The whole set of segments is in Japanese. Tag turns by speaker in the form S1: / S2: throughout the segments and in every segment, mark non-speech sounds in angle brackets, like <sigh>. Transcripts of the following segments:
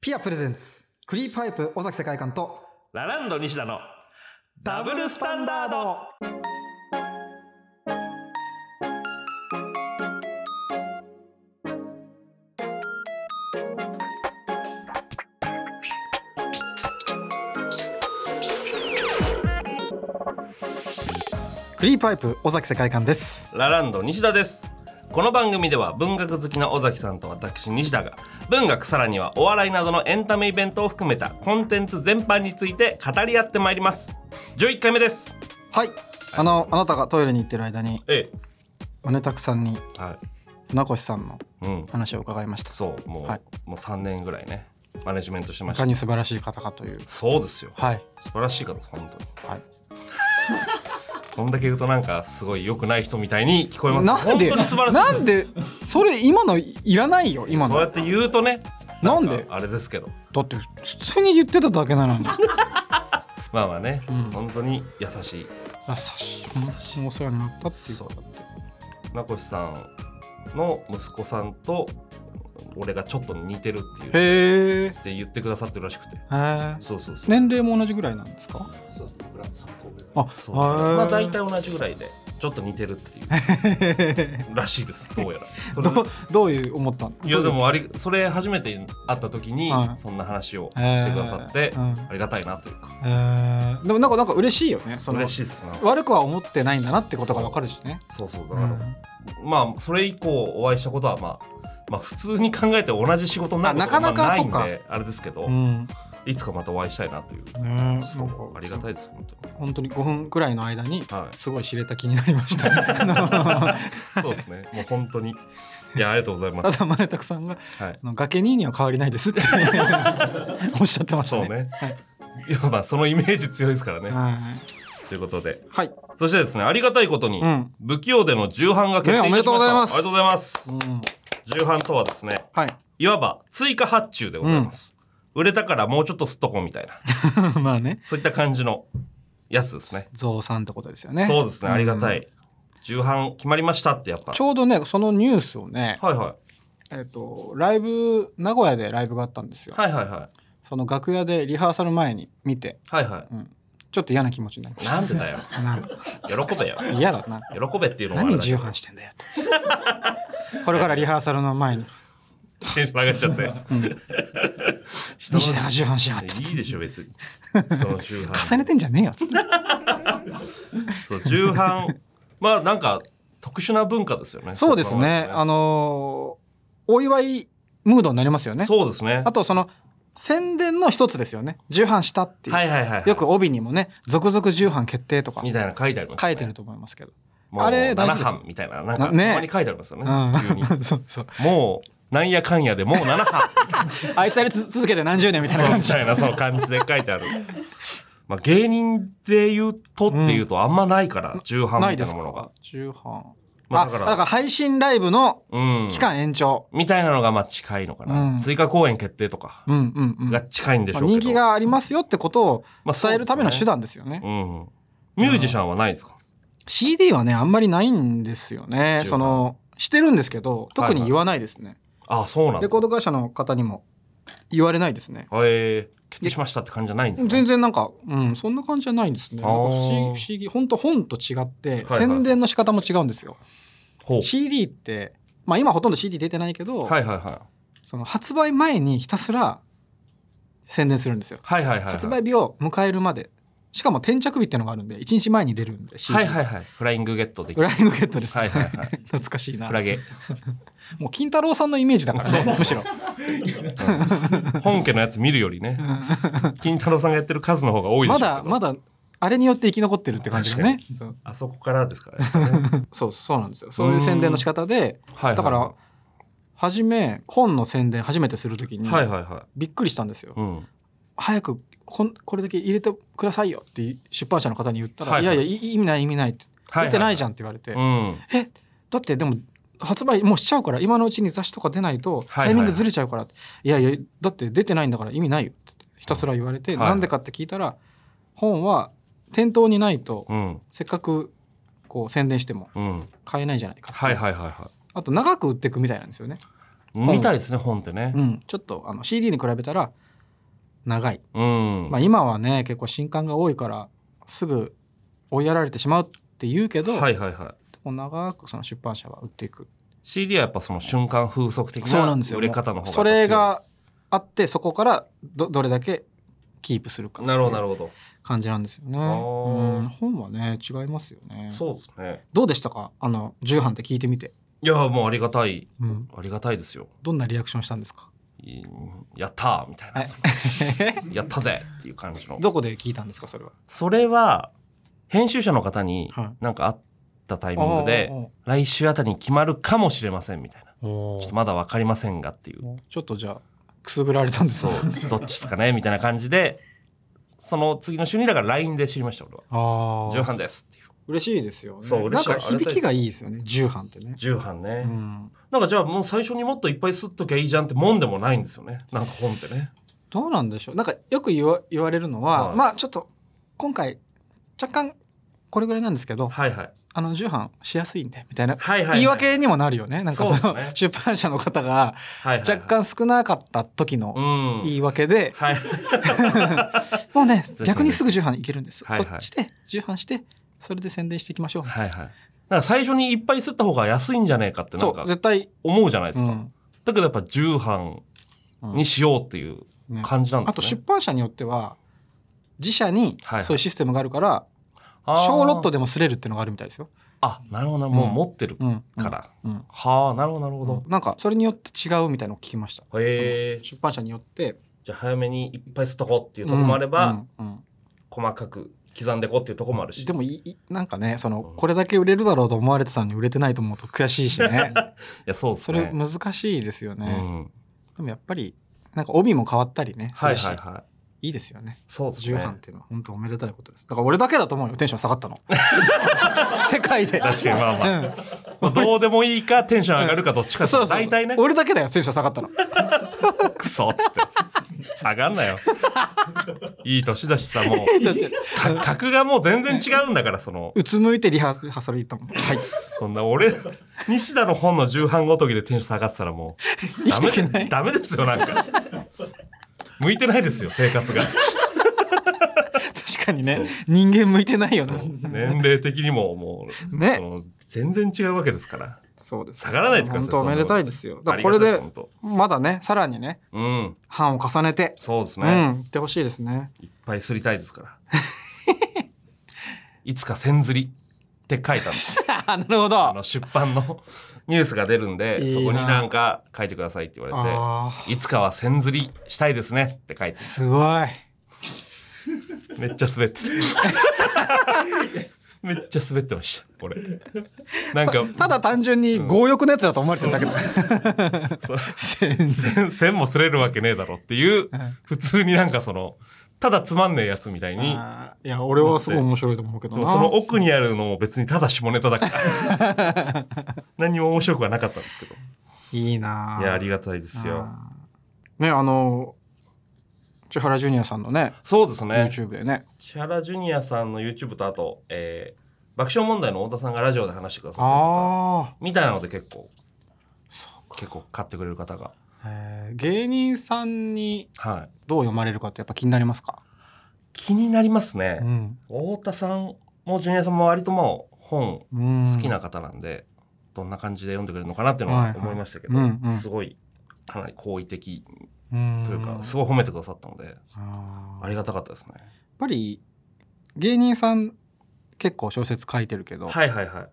S1: ピアプレゼンツ、クリーパイプ尾崎世界観と、
S2: ラランド西田のダブルスタンダード
S1: クリーパイプ尾崎世界観です。
S2: ラランド西田ですこの番組では文学好きな尾崎さんと私西田が文学さらにはお笑いなどのエンタメイベントを含めたコンテンツ全般について語り合ってまいります11回目です
S1: はい。あの、あなたがトイレに行ってる間に、
S2: え
S1: おねたくさんに、
S2: えは
S1: 船越さんの
S2: いうん
S1: 話を伺いました。
S2: そうもう、
S1: はい
S2: もう3年ぐらいねマネジメントしてま
S1: い
S2: した
S1: かに素晴らしい方かという。
S2: そうですよ
S1: はい。
S2: 素晴らしい方です本当に
S1: はい。
S2: こんだけ言うとなんかすごい良くない人みたいに聞こえます
S1: なんで、
S2: 本当に素晴らしいです
S1: なんで、それ今のいいらないよ、今
S2: そうや
S1: の。
S2: って言うとね
S1: なん
S2: か
S1: で
S2: あれですけど
S1: だって、普通に言ってただけなのに。
S2: まあまあね、
S1: うん
S2: 本当に優しい
S1: 優しい。本当にお世話になったっていう
S2: そう
S1: こと
S2: だっ
S1: だって。
S2: 名越さんの息子さんと俺がちょっと似てるってい
S1: へ
S2: うっ
S1: え。
S2: て言ってくださってるらしくて
S1: へえ。
S2: そうそうそう
S1: 年齢も同じぐらいなんですか。
S2: そうそう僕ら3個上
S1: あ、
S2: そう
S1: へえ
S2: まあ大体同じぐらいでちょっと似てるっていうらしい <laughs> ですどうやらそれ
S1: どうどういう思ったの
S2: いやでもありそれ初めて会った時に
S1: はい
S2: そんな話をしてくださって
S1: えーうん
S2: ありがたいなというか
S1: えーでもなんかなんか嬉しいよねその
S2: 嬉しいですな
S1: 悪くは思ってないんだなってことがわかるしね
S2: そうそうだ
S1: う
S2: から、
S1: ん
S2: まあそれ以降お会いしたことはまあまあ普通に考えて同じ仕事になること
S1: あなかなか
S2: まあないん
S1: そう
S2: であれですけど、
S1: うん
S2: いつかまたお会いしたいなという、
S1: ねなんか
S2: そうありがたいです本当に
S1: 本当に5分くらいの間に
S2: はい
S1: すごい知れた気になりま
S2: <laughs>
S1: した、あ
S2: そうですねもう本当にいやありがとうござい
S1: の
S2: ま
S1: た
S2: す、
S1: だマネタクさんが
S2: はい
S1: あ、の崖にには変わりない
S2: <laughs>
S1: ですっておっしゃってました
S2: そう
S1: ね
S2: ね、
S1: はい
S2: いやまあそのイメージ強いですからね、
S1: はい
S2: ということで
S1: はい、
S2: そしてですねありがたいことに、
S1: うん
S2: 不器用での重版が決
S1: ね
S2: 定いたしました、
S1: おめでとうございます
S2: ありがとうございます
S1: うん
S2: 重版とはですね
S1: はい <laughs>
S2: いわば追加発注でございます、売れたからもうちょっとすっとこうみたいな
S1: まあね
S2: そういった感じのやつですね
S1: 増産ってことですよね
S2: そうですね、ありがた
S1: うん
S2: い。重版決まりましたってやっぱ。
S1: ちょうどねそのニュースをね、
S2: はいはい。
S1: えっとライブ名古屋でライブがあったんですよ、
S2: はいはいはい。
S1: その楽屋でリハーサル前に見て
S2: はいは
S1: ちょっと嫌な気持ちになりま
S2: い。
S1: し
S2: なんでだよ。
S1: た。なんか
S2: 喜べよ。
S1: 嫌だな。
S2: 喜べっていうのもあ
S1: 何
S2: れだけ
S1: 重
S2: ど
S1: 版してんだよと。 <laughs> これからリハーサルの前に
S2: テン <laughs> ション上がっちゃって。人の
S1: 西田が重版しやがったっ
S2: い
S1: つ
S2: い
S1: って。
S2: でしょ別
S1: <laughs>
S2: に。その重版。
S1: 重ねてんじゃねえよっつって。
S2: そう重版。まあなんか特殊な文化ですよね。
S1: そうですね。あ
S2: の
S1: のーお祝いムードになりますよね。
S2: そうですね
S1: あ。とその宣伝の一つですよね。重版したっていう。
S2: はいはいはい。
S1: よく帯にもね、続々重版決定とか
S2: みたいな書いてありますよね。
S1: 書いてると思いますけど。
S2: もう
S1: あれ大事で
S2: 七
S1: す
S2: 版みたいななんかた
S1: ね
S2: まに書いてありますよ
S1: う
S2: ね。急に
S1: ん。 <laughs> そうそう。
S2: もうなんやかんやでもう七版。
S1: 愛されつ続けて何十年みたいな
S2: そう
S1: 感
S2: み
S1: じ。
S2: たいなその感じで書いてある。まあ芸人で言うとっていうとあんまないから、重版
S1: ない
S2: みた
S1: で
S2: いな
S1: す
S2: もの
S1: か
S2: が。。
S1: 重版。
S2: まあ
S1: あ、
S2: だ
S1: だ
S2: か
S1: からら配信ライブの
S2: うん。
S1: 期間延長。
S2: みたいなのがまあ近いのかな。
S1: うん
S2: 追加公演決定とか
S1: うんうんうん。
S2: が近いんでし
S1: ま
S2: ょ
S1: あ、
S2: うけど。
S1: 人気。がありますよってことを
S2: まあ
S1: 伝えるための手段ですよね。
S2: うん。ミュージシャンはないですか
S1: CD はね、あんまりないんですよね
S2: 重。版
S1: その、してるんですけど、特に言わないですね。
S2: ああ、そうなんだ
S1: レ。コード会社の方にも言われないですね。
S2: えー、決定しましたって感じじゃないんですか
S1: 全然なんか、うん、そんな感じじゃないんですね。
S2: あ
S1: なん
S2: ー
S1: か不思議、不思議。本当本と違って、
S2: はい
S1: 宣伝の仕方も違うんですよ。
S2: ほう。
S1: CD って、まあ今ほとんど CD 出てないけど、
S2: はいはいは
S1: その発売前にひたすら宣伝するんですよ。
S2: い。はいはいはい、
S1: 発
S2: はい。
S1: 売日を迎えるまでしかも転着日っていうのがあるんで1日前に出るんで CD
S2: はいはいはい。フライングゲットでき
S1: フ
S2: る。
S1: ライングゲットです、
S2: はいはいはい
S1: <laughs> 懐かしいな
S2: フラゲ。
S1: もう金太郎さんのイメージだからねむしろ
S2: 本家のやつ見るよりね、金太郎さんがやってる数の方が多いでしょ
S1: ま
S2: うけど。
S1: だまだあれによって生き残ってるって感じがねそう
S2: あそこからで
S1: <laughs>
S2: すから、ね。
S1: そうそうなんですよそういう宣伝の仕方で
S2: はいはいはい
S1: だから初め本の宣伝初めてするときに
S2: はいはいは
S1: びっくりしたんですよ
S2: い。うん。
S1: 早くこんこれだけ入れてくださいよって出版社の方に言ったら「
S2: はい
S1: い
S2: は
S1: や
S2: い
S1: いやい意味ない意味ない」って「
S2: はいはいはい
S1: 出てないじゃん」って言われて
S2: うん。
S1: えだってでも発売もうしちゃうから今のうちに雑誌とか出ないと
S2: はいはい
S1: タイミングずれちゃうからって、いやいやだって出てないんだから意味ないよってひたすら言われて、
S2: はい
S1: なんでかって聞いたら本は店頭にないと
S2: うん。
S1: せっかくこう宣伝しても
S2: うん。
S1: 買えないじゃないかって
S2: はいはいはいはい。
S1: あと長く売っていくみたいなんですよね
S2: みたいですね本ってね
S1: うん、ちょっとあの CD に比べたら長い、
S2: うん、
S1: まあ、今はね結構新刊が多いからすぐ追いやられてしまうって言うけど、
S2: はいはいはい
S1: こう長くその出版社は売っていく
S2: CD はやっぱその瞬間風速的
S1: そう
S2: な
S1: なんですよ
S2: 売れ方の方が
S1: それがあってそこからどどれだけキープするか
S2: なるほどなる
S1: ほ
S2: ほど、
S1: ど感じなんですよね、
S2: ー
S1: うん、本はね違いますよね
S2: そうですね
S1: どうでしたかあの重版って聞いてみて、
S2: いやもうありがたい
S1: うん、
S2: ありがたいですよ
S1: どんなリアクションしたんですか
S2: いやったーみたいな
S1: え
S2: <laughs> やったぜっていう感じの
S1: どこで聞いたんですかそれは
S2: それは編集者の方に
S1: はい
S2: なんかあったタイミングで
S1: おー
S2: 来週あたりに決まるかもしれませんみたいな
S1: おーお
S2: ちょっと
S1: ー
S2: まだ分かりませんがっていう
S1: ちょっとじゃあくすぐられたんです
S2: そ
S1: ね
S2: うどっちですかねみたいな感じでその次の週にだから LINE で知りました俺は
S1: あ
S2: 「重
S1: あ
S2: 版です」っていう
S1: 嬉しいですよね
S2: そう嬉
S1: な
S2: し
S1: ん
S2: い
S1: か響きがいいですよね重版ってね、
S2: 重版ね、
S1: うん、
S2: なんかじゃあもう最初にもっといっぱい吸っときゃいいじゃんってもんでもないんですよねなんか本ってね
S1: どうなんでしょうなんかよく言わ言われるのは、
S2: はい
S1: まあちょっと今回若干これぐらいなんですけど
S2: はいはい
S1: あの重版しやすいんでみたいな
S2: はいはいはい
S1: 言い訳にもなるよねなんかそ
S2: そう
S1: の
S2: ですね
S1: 出版社の方が
S2: はいはいはい
S1: 若干少なかった時
S2: う
S1: の
S2: ん
S1: 言い訳
S2: <laughs>
S1: で
S2: はい
S1: もうね
S2: にね
S1: 逆にすぐ重版いけるんです、
S2: はいはい
S1: そっちで重版してそれで宣伝していきましょう
S2: はいはい。だから最初にいっぱい吸った方が安いんじゃねえかってな
S1: そ
S2: ん
S1: う
S2: か
S1: 絶対、
S2: 思うじゃないですか。
S1: うん
S2: だけどやっぱ重版にしようっていう
S1: ね
S2: 感じなん
S1: あ
S2: で
S1: と
S2: す
S1: 出
S2: ね。
S1: 版社によっては自社に
S2: はい
S1: そういうシステムがあるから、
S2: あー
S1: 小ロットでもすれるっていうのがあるみたいですよ。
S2: あ、なるほどな。もう持ってる
S1: う
S2: か
S1: ん、
S2: ら。
S1: うん、
S2: はあ、なるほどなるほ
S1: う
S2: ど
S1: ん。なんかそれによって違うみたいなのを聞きました。
S2: へえ。
S1: 出版社によって
S2: じゃあ早めにいっぱい吸っとこうっていうとこもあれば、
S1: うんうんうん
S2: 細かく刻んでこうっていうとこもあるし。
S1: でもいいなんかねその
S2: うん
S1: これだけ売れるだろうと思われてたのに売れてないと思うと悔しい
S2: <laughs>
S1: しね
S2: いや、そうです
S1: そ
S2: ね。
S1: れ難しいですよ
S2: う
S1: ね、
S2: ん。
S1: でもやっぱりなんか帯も変わったりねす
S2: はい
S1: るし、
S2: はい
S1: い
S2: はい。
S1: い、ですよね
S2: そうです
S1: 重版っ
S2: ね。
S1: ていうのは本当おめでたいことですだから俺だけだと思うよテンション下が
S2: <laughs>
S1: ったの世界で
S2: 確かにまあまあ。
S1: うん
S2: まあどうでもいいかテンション上がるかどっちかです
S1: そうそう
S2: 大体ね。
S1: 俺だけだよ選手下が
S2: <laughs>
S1: ったの
S2: クソっつって。下が
S1: <laughs>
S2: んなよ。いい年だしさ、もう。か格がもう全然違うんだから、その、
S1: うつむいてリハリハーサル行ったもん、
S2: <laughs>
S1: はい、
S2: そんな俺、西田の本の重版ごときでテンション下がってたらもう、ダ
S1: <laughs> 生
S2: メ
S1: きていけない
S2: ダメですよ、なんか。向いてないですよ、生活が。
S1: 確かにね人間向いてないよね
S2: <laughs> 年齢的にももう、
S1: ね
S2: その全然違うわけですから。
S1: そうです
S2: 下がらないでください
S1: 本当おめでたいですよだからこ
S2: あ
S1: れ
S2: りがたい
S1: です
S2: 本当
S1: まだねさらにね
S2: うん、
S1: 班を重ねて、
S2: そうです
S1: う
S2: ね。
S1: ん行ってほしいですね
S2: <laughs> いっぱいすりたいですから。 <laughs> いつか千釣りって書いたんです。
S1: なるほ
S2: あ
S1: ど
S2: の出版の <laughs> ニュースが出るんで
S1: いいな
S2: そこになんか書いてくださいって言われ
S1: あ
S2: て「いつかは千釣りしたいですね」って書いて
S1: ーすごい
S2: めっちゃ滑って
S1: <laughs>
S2: ためっちゃ滑ってました俺なんか
S1: ただ単純に強欲なやつだと思われてるだけだ、
S2: <laughs> そう
S1: 全然
S2: 千千も擦れるわけねえだろっていう普通になんかそのただつまんねえやつみたいに
S1: あーいや俺はすごい面白いと思うけど
S2: でも
S1: な
S2: その奥にあるのも別にただ下ネタだから
S1: <laughs>
S2: 何も面白くはなかったんですけど
S1: いいないい
S2: やありがたいですよ
S1: ねあの千原ジュニアさんのね
S2: そうですね
S1: YouTube でね
S2: 千原ジュニアさんの YouTube とあと、えー爆笑問題の太田さんがラジオで話してくださったりとか
S1: あ
S2: みたいなので結構
S1: そう
S2: 結構買ってくれる方が
S1: あ、えー芸人さんに
S2: はい
S1: どう読まれるかってやっぱ気になりますか、
S2: 気になりますね、
S1: ん
S2: 太田さんもジュニアさんも割ともう本
S1: うん、
S2: 好きな方なんで、どんな感じで読んでくれるのかなっていうの
S1: はい
S2: は
S1: はい
S2: 思いましたけど、
S1: うんうん
S2: すごいかなり好意的
S1: うん
S2: というか、すごい褒めてくださったので
S1: あー
S2: あ
S1: やっ
S2: りがたかったですね
S1: ぱり芸人さん結構小説書いてるけど、
S2: はいはいはい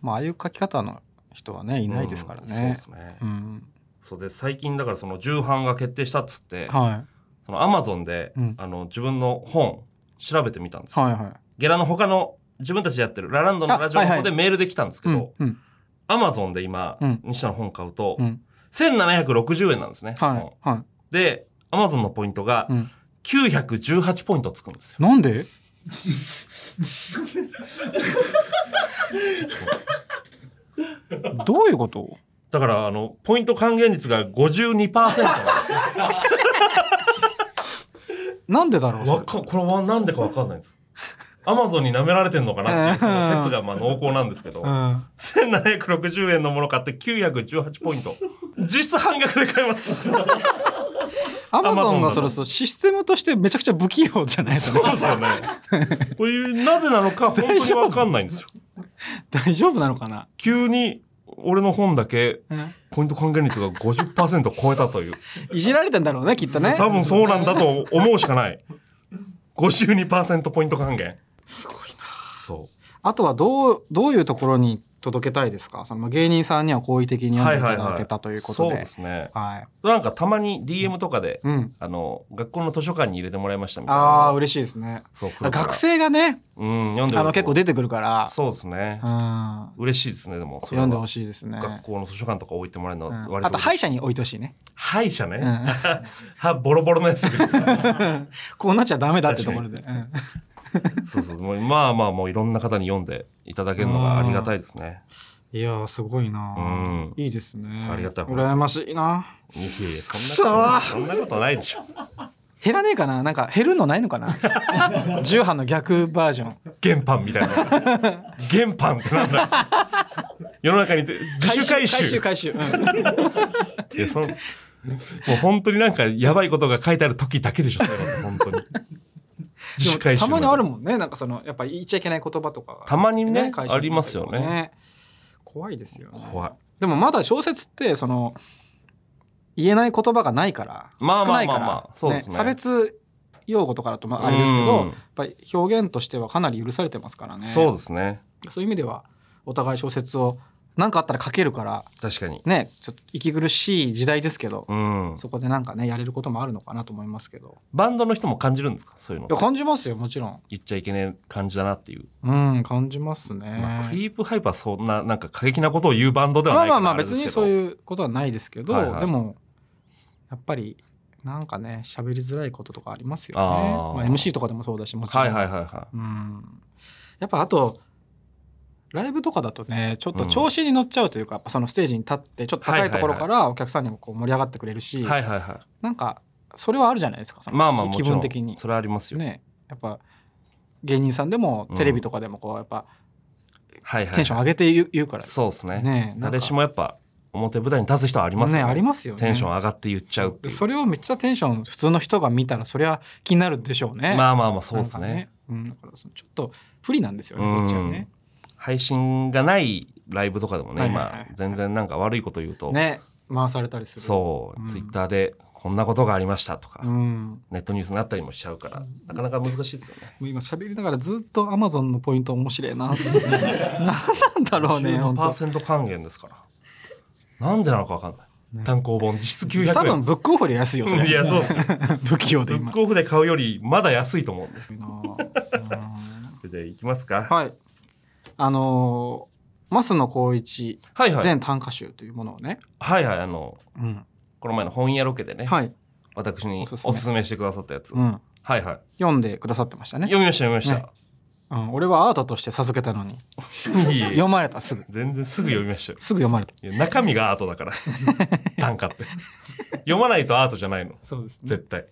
S1: まあああいう書き方の人はねいないですから
S2: うんそうで
S1: ね。
S2: すね、
S1: うん
S2: そうで最近だからその重版が決定したっつって、
S1: は
S2: そのアマゾンで、
S1: うん
S2: あの自分の本調べてみたんです
S1: い
S2: よ、
S1: はいはい。
S2: ゲラの他の自分たちでやってるラランドのラジオの
S1: あはいは
S2: 方
S1: い
S2: でメールで来たんですけ
S1: う
S2: ど、
S1: んうん
S2: アマゾンで今、
S1: うん
S2: 西田の本買うと、
S1: うん
S2: 1760円なんですね、
S1: は
S2: 本
S1: いは
S2: でアマゾンのポイントが
S1: い。うん
S2: 918ポイントつくんですよ
S1: なん
S2: <laughs>
S1: で？どういうこと？
S2: だからあのポイント還元率が52%なんですよ
S1: なんでだろうそれ <laughs>
S2: わかこれはなんでかわかんないですアマゾンに舐められてんのかなっていうその説がまあ濃厚なんですけど、
S1: うん
S2: 1760円のもの買って918ポイント実質半額で買えますそう
S1: アマゾ
S2: Amazon
S1: ン
S2: だ
S1: が
S2: と
S1: そろそろシステムとしてめちゃくちゃ不器用じゃないですか
S2: ですよねこういうなぜなのか本当
S1: 大
S2: に
S1: 丈夫
S2: 分かんないんですよ
S1: 大丈夫なのかな、
S2: 急に俺の本だけ
S1: うん
S2: ポイント還元率が50%超えたという
S1: いじられたんだろうねきっとね
S2: 多分そうなんだと思うしかない52%ポイント還元
S1: すごいな
S2: そ
S1: あとはどうどういうところに届けたいですかそのまあ芸人さんには好意的に読んでいただけたということ
S2: そう
S1: で、はい
S2: ですね
S1: はい
S2: なんかたまに DM とかで、
S1: うん、
S2: あの学校の図書館に入れてもらいましたみたいな
S1: ああ嬉しいですね
S2: そう来るから
S1: 学生がね
S2: うん読んで
S1: あの結構
S2: で
S1: 出てくるから
S2: そうですね
S1: うん
S2: 嬉しいですねでもそれは
S1: 読んでほしいですね、
S2: 学校の図書館とか置いてもらえるの
S1: う
S2: は
S1: ん
S2: 割
S1: あ
S2: と
S1: と歯医者に置いてほしいね、
S2: 歯医者ね、
S1: うん <laughs>
S2: 歯ボロボロのやつ
S1: こうなっちゃダメだってところで、うん
S2: そうそうもうまあまあもういろんな方に読んでいただけるのがありがたいですね
S1: いやーすごいなー、
S2: うん
S1: いいですね
S2: ありがたい
S1: 羨ましいない
S2: やいやそんなことそんなことないでしょ
S1: 減らねえかななんか減るのないのかな <laughs> 重版の逆バージョン
S2: 原版みたいな原版ってなんだ世の中にて自主回収
S1: 回収回収回収うん
S2: いやそのもう本当になんかやばいことが書いてある時だけでしょそれは本当に自主
S1: で
S2: 回
S1: も
S2: 収
S1: たまにあるもんねなんかそのやっぱ言っちゃいけない言葉とかが
S2: たまにね
S1: 回収
S2: ありますよね
S1: 怖いですよね
S2: 怖い
S1: でもまだ小説ってその言えない言葉がないから、
S2: まあまあ
S1: 少ないか
S2: まあまあそ
S1: ら、
S2: うですね
S1: 差別用語とかだとまああれですけ
S2: う
S1: ど
S2: ん
S1: やっぱり表現としてはかなり許されてますからね
S2: そうですね
S1: そういう意味ではお互い小説を何かあったら書けるから
S2: 確かに
S1: ねちょっと息苦しい時代ですけど、
S2: うん
S1: そこでなんかねやれることもあるのかなと思いますけど
S2: バンドの人も感じるんですかそういうの
S1: いや感じますよもちろん
S2: 言っちゃいけない感じだなっていう、
S1: うん感じますね、
S2: まあ、クリープハイパーそんななんか過激なことを言うバンドでは
S1: ま
S2: な
S1: あ
S2: い
S1: ま
S2: か
S1: あま
S2: ら
S1: あ別にそう
S2: う
S1: いうことはないですけど、
S2: はいはい
S1: でもやっぱりなんかね喋りづらいこととかありますよね
S2: あー
S1: まあ、MC とかでもそうだしもちろん、
S2: はいはいはいは
S1: うんやっぱあとライブとかだとねちょっと調子に乗っちゃうというか、やっぱそのステージに立ってちょっと高いところからお客さんにもこう盛り上がってくれるし、
S2: いはいはいは
S1: なんかそれはあるじゃないですかそ
S2: い
S1: の
S2: まあまあも
S1: 気
S2: ちろ
S1: 分
S2: ん
S1: 的に。
S2: それはありますよ、
S1: ねやっぱ芸人さんでもテレビとかでもこうやっぱ
S2: はいはい
S1: テンション上げて言う言うから、
S2: そうですね
S1: ねなんか
S2: 誰しもやっぱ表舞台に立つ人はありますよ
S1: ね
S2: ね
S1: ありますよね。
S2: テンション上がって言っちゃうっていう
S1: それをめっちゃテンション普通の人が見たらそりゃ気になるでしょうね。
S2: ま
S1: あ
S2: あまあまあそうですね
S1: うん、だからそのちょっと不利なんですよね、
S2: うん
S1: こっちはね。
S2: 配信がないライブとかでもね、
S1: はいはいはい
S2: 今全然なんか悪いこと言うと、
S1: ね回されたりする。
S2: そう、
S1: うん
S2: ツイッターでこんなことがありましたとか、
S1: うん、も
S2: ネットニュースになったりもしちゃうからなかなか難しいです
S1: <laughs>
S2: よね。
S1: う今喋りながらずっとアマゾンのポイント面白
S2: <laughs>
S1: いな。なんなんだろうね本
S2: パー
S1: 当。
S2: セント還元ですから。なんでなのかわかんない。単行本実質900円。
S1: 多分ブックオフより安いよそれ。
S2: いやそう
S1: <laughs>
S2: っすよ。
S1: 不器用で
S2: ブッ
S1: 今。
S2: クオフで買うよりまだ安いと思うんです。
S1: うん
S2: それでいきますか。
S1: はい。あのー、マスの光一
S2: はいはい。
S1: 全短歌集というものをね。
S2: はいはい。あの、
S1: うん
S2: この前の本屋ロケでね、
S1: はい。
S2: 私に
S1: おすすめ
S2: おすすめしてくださったやつ。
S1: うん。
S2: はいはい。
S1: 読んでくださってましたね。
S2: 読みました読みました。
S1: うん、俺はアートとして授けたのに
S2: <laughs> いえいえ
S1: 読まれたすぐ
S2: 全然すぐ読みましたよ。
S1: すぐ読まれた
S2: いや中身がアート
S1: <laughs>
S2: だから短歌って読まないとアートじゃないの
S1: そうです
S2: 絶対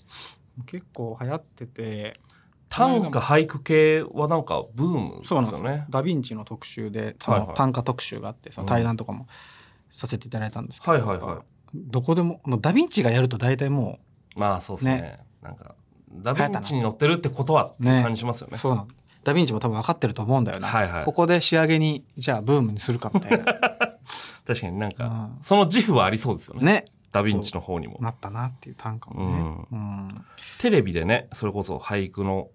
S1: 結構流行ってて
S2: 短歌俳句系はなんかブームです
S1: そう
S2: よ
S1: なんです
S2: ね
S1: ダ・ヴィンチの特集でそ
S2: はいは
S1: の
S2: い
S1: 短歌特集があってその対談とかもさせていただいたんですけど、
S2: はいはいは
S1: どこでももうダ・ヴィンチがやると大体も
S2: いまあそうですね
S1: ね
S2: なんかダヴィンチに載ってるってことはって
S1: ね
S2: 感じしますよ
S1: う
S2: ね
S1: そうなんダ・ヴィンチも多分分かってると思うんだよな、
S2: はいはい
S1: ここで仕上げにじゃあブームにするかみたいな
S2: <laughs> 確かになんか
S1: うん
S2: その自負はありそうですよね
S1: ね
S2: ダヴィンチの方にも
S1: なったなっていう短歌もね、うん
S2: テレビでねそれこそ俳句の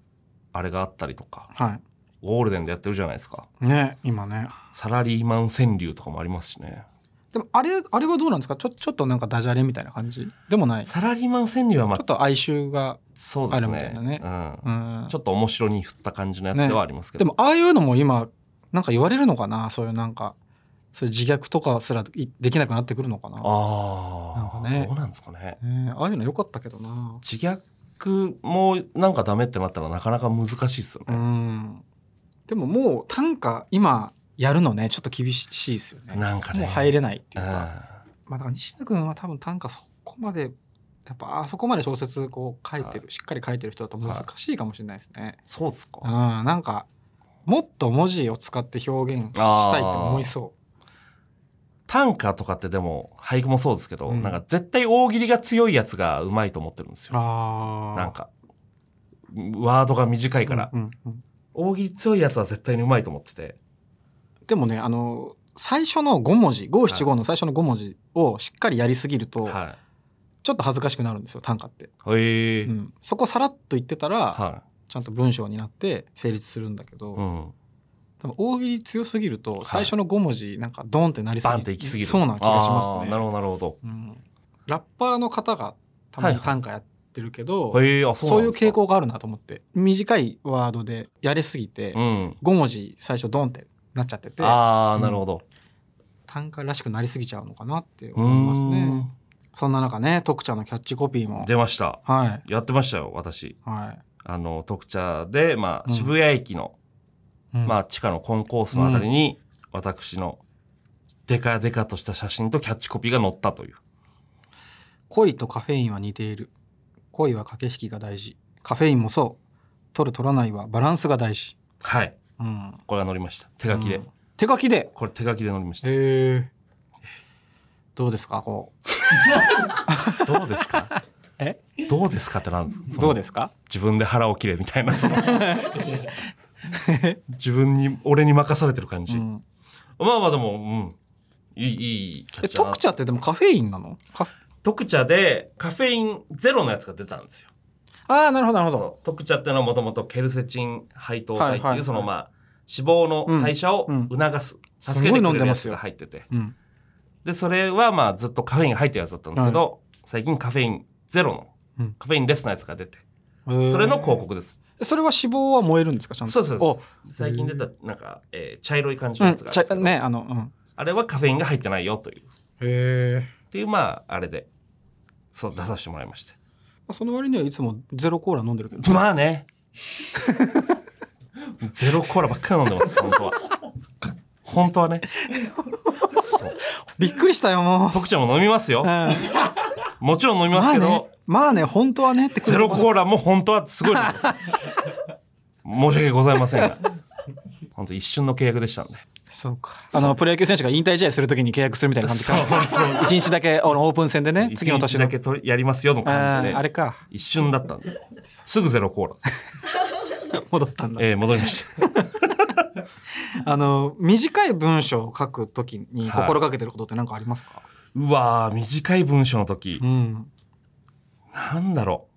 S2: あれがあったりとか
S1: は
S2: ゴールデンでやってるじゃないですか
S1: いね今ね
S2: サラリーマン川柳とかもありますしね
S1: でもあれあれはどうなんですかちょちょっとなんかダジャレみたいな感じでもない
S2: サラリーマン川柳はま
S1: ちょっ
S2: あ
S1: と哀愁が、
S2: そうです
S1: あるみたいなね
S2: ねうん
S1: うん
S2: ち、ょっと面白に振った感じのやつではありますけど、
S1: でもああいうのも今なんか言われるのかなそういうなんかそういう自虐とかすらいできなくなってくるのかな
S2: ああ、
S1: なんかね
S2: どうなんですかね
S1: ねえああいうの良かったけどな
S2: 自虐もなんかダメってなったらなかなか難しいっすよ
S1: う
S2: ね、
S1: んでももう短歌今やるのねちょっと厳しいですよね
S2: なんかね
S1: もう入れないって
S2: う
S1: い
S2: ん
S1: うか、まあだから西田君は多分短歌そこまでやっぱあそこまで小説こう書いてる、しっかり書いてる人だと難しいかもしれないですね。
S2: そうっすか、
S1: うん、なんかもっと文字を使って表現したいと思いそ
S2: 短歌とかってでも俳句もそうですけど、
S1: うん
S2: なんか絶対大喜利が強いやつがうまいと思ってるんです
S1: う。
S2: よ。
S1: あ
S2: なんかワードが短い
S1: だ
S2: から、大喜利強いやつは絶対にうまいと思ってて
S1: でもねあの最初の5文字五七五の最初の5文字をしっかりやりすぎると、
S2: は
S1: ちょっと恥ずかしくなるんですよ短歌って、
S2: いへえ
S1: うん、そこさらっと言ってたら、
S2: は
S1: ちゃんと文章になって成立するんだけど、
S2: い、うん、
S1: 多分大喜利強すぎると
S2: い
S1: 最初の5文字なんかドンってなりすぎ
S2: バンって行き過ぎる
S1: そうな気がします
S2: あー
S1: ね
S2: なるほどなるほど
S1: うん、ラッパーの方がたまに短歌やってるけど、
S2: へえあそう
S1: そうい
S2: な
S1: うん
S2: ですか
S1: 傾向があるなと思って短いワードでやれすぎて、
S2: うん
S1: 5文字最初ドンってなっちゃってて
S2: ああなるほど、
S1: 短歌らしくなりすぎちゃうのかなって
S2: うー
S1: 思い
S2: ん、
S1: ますねそんな中ね徳ちゃんのキャッチコピーも
S2: 出ました
S1: はい
S2: やってましたよ私
S1: はい、
S2: あの特茶で、まあ、
S1: うん
S2: 渋谷駅の、
S1: うん
S2: まあ、地下のコンコースのあたりに、私のデカデカとした写真とキャッチコピーが載ったという
S1: 恋とカフェインは似ている恋は駆け引きが大事カフェインもそう取る取らないはバランスが大事、
S2: はい
S1: うん、
S2: これが載りました手書きで、
S1: うん手書きで
S2: これ手書きで載りました
S1: へえどうですかこ
S2: どうです
S1: <laughs>
S2: か
S1: え
S2: どうですかってなんです
S1: う
S2: か
S1: どうですか
S2: 自分で腹を切れみたいなその
S1: <laughs>
S2: 自分に俺に任されてる感じ、
S1: うん
S2: まあまあでもうんいいいいキャ
S1: え
S2: ッチャー
S1: 特茶ってでもカフェインなのカフェ
S2: 特茶でカフェインゼロのやつが出たんですよ
S1: ああなるほどなるほど
S2: そう特茶っていうのはもともとケルセチン配糖体っ
S1: は
S2: ていう、
S1: いはいはい
S2: そのまあ脂肪の代謝を
S1: うん
S2: 促す、
S1: うん
S2: 助けて
S1: すごい
S2: く
S1: 飲ん
S2: れ
S1: で
S2: るや
S1: ま
S2: つ
S1: すよ
S2: が入ってて
S1: うん
S2: でそれはまあずっとカフェイン入ってるやつだったんですけど、最近カフェインゼロの、
S1: うん
S2: カフェインレスのやつが出て
S1: へー
S2: それの広告です、
S1: それは脂肪は燃えるんですかちゃんと
S2: そうそうそう
S1: お
S2: 最近出たなんか、えー茶色い感じの
S1: う
S2: や
S1: ん
S2: つがあるんです
S1: ち
S2: け
S1: ゃ
S2: ど、
S1: ねあのうん
S2: あれはカフェインが入ってないよという
S1: へえ
S2: っていうまああれでそう出させてもらいまして
S1: その割にはいつもゼロコーラ飲んでるけど
S2: まあね <laughs> ゼロコーラばっかり飲んでます本当は本当はねそう
S1: <laughs> びっくりしたよもう
S2: 徳ちゃんも飲みますよ
S1: うん
S2: もちろん飲みますけど、
S1: ね、まあね、本当はねってく
S2: ゼ
S1: る
S2: ロ
S1: とこ
S2: コーラも本当はすごい飲
S1: <laughs>
S2: みます申し訳ございませんが本当一瞬の契約でしたんで
S1: そうか。あの、プロ野球選手が引退試合するときに契約するみたいな感じか。一日だけ、あの、オープン戦でね、次の
S2: 一
S1: 年
S2: 日だ
S1: の。
S2: け取りやりますよの
S1: あ
S2: 感じで
S1: ーあれか。
S2: 一瞬だったんですぐゼロコーラです、
S1: <laughs> 戻ったんだ。
S2: えー戻りました
S1: あの、短い文章を書くときに
S2: はい
S1: 心がけてることって何かありますか、
S2: うわー短い文章の時
S1: うん。
S2: なんだろ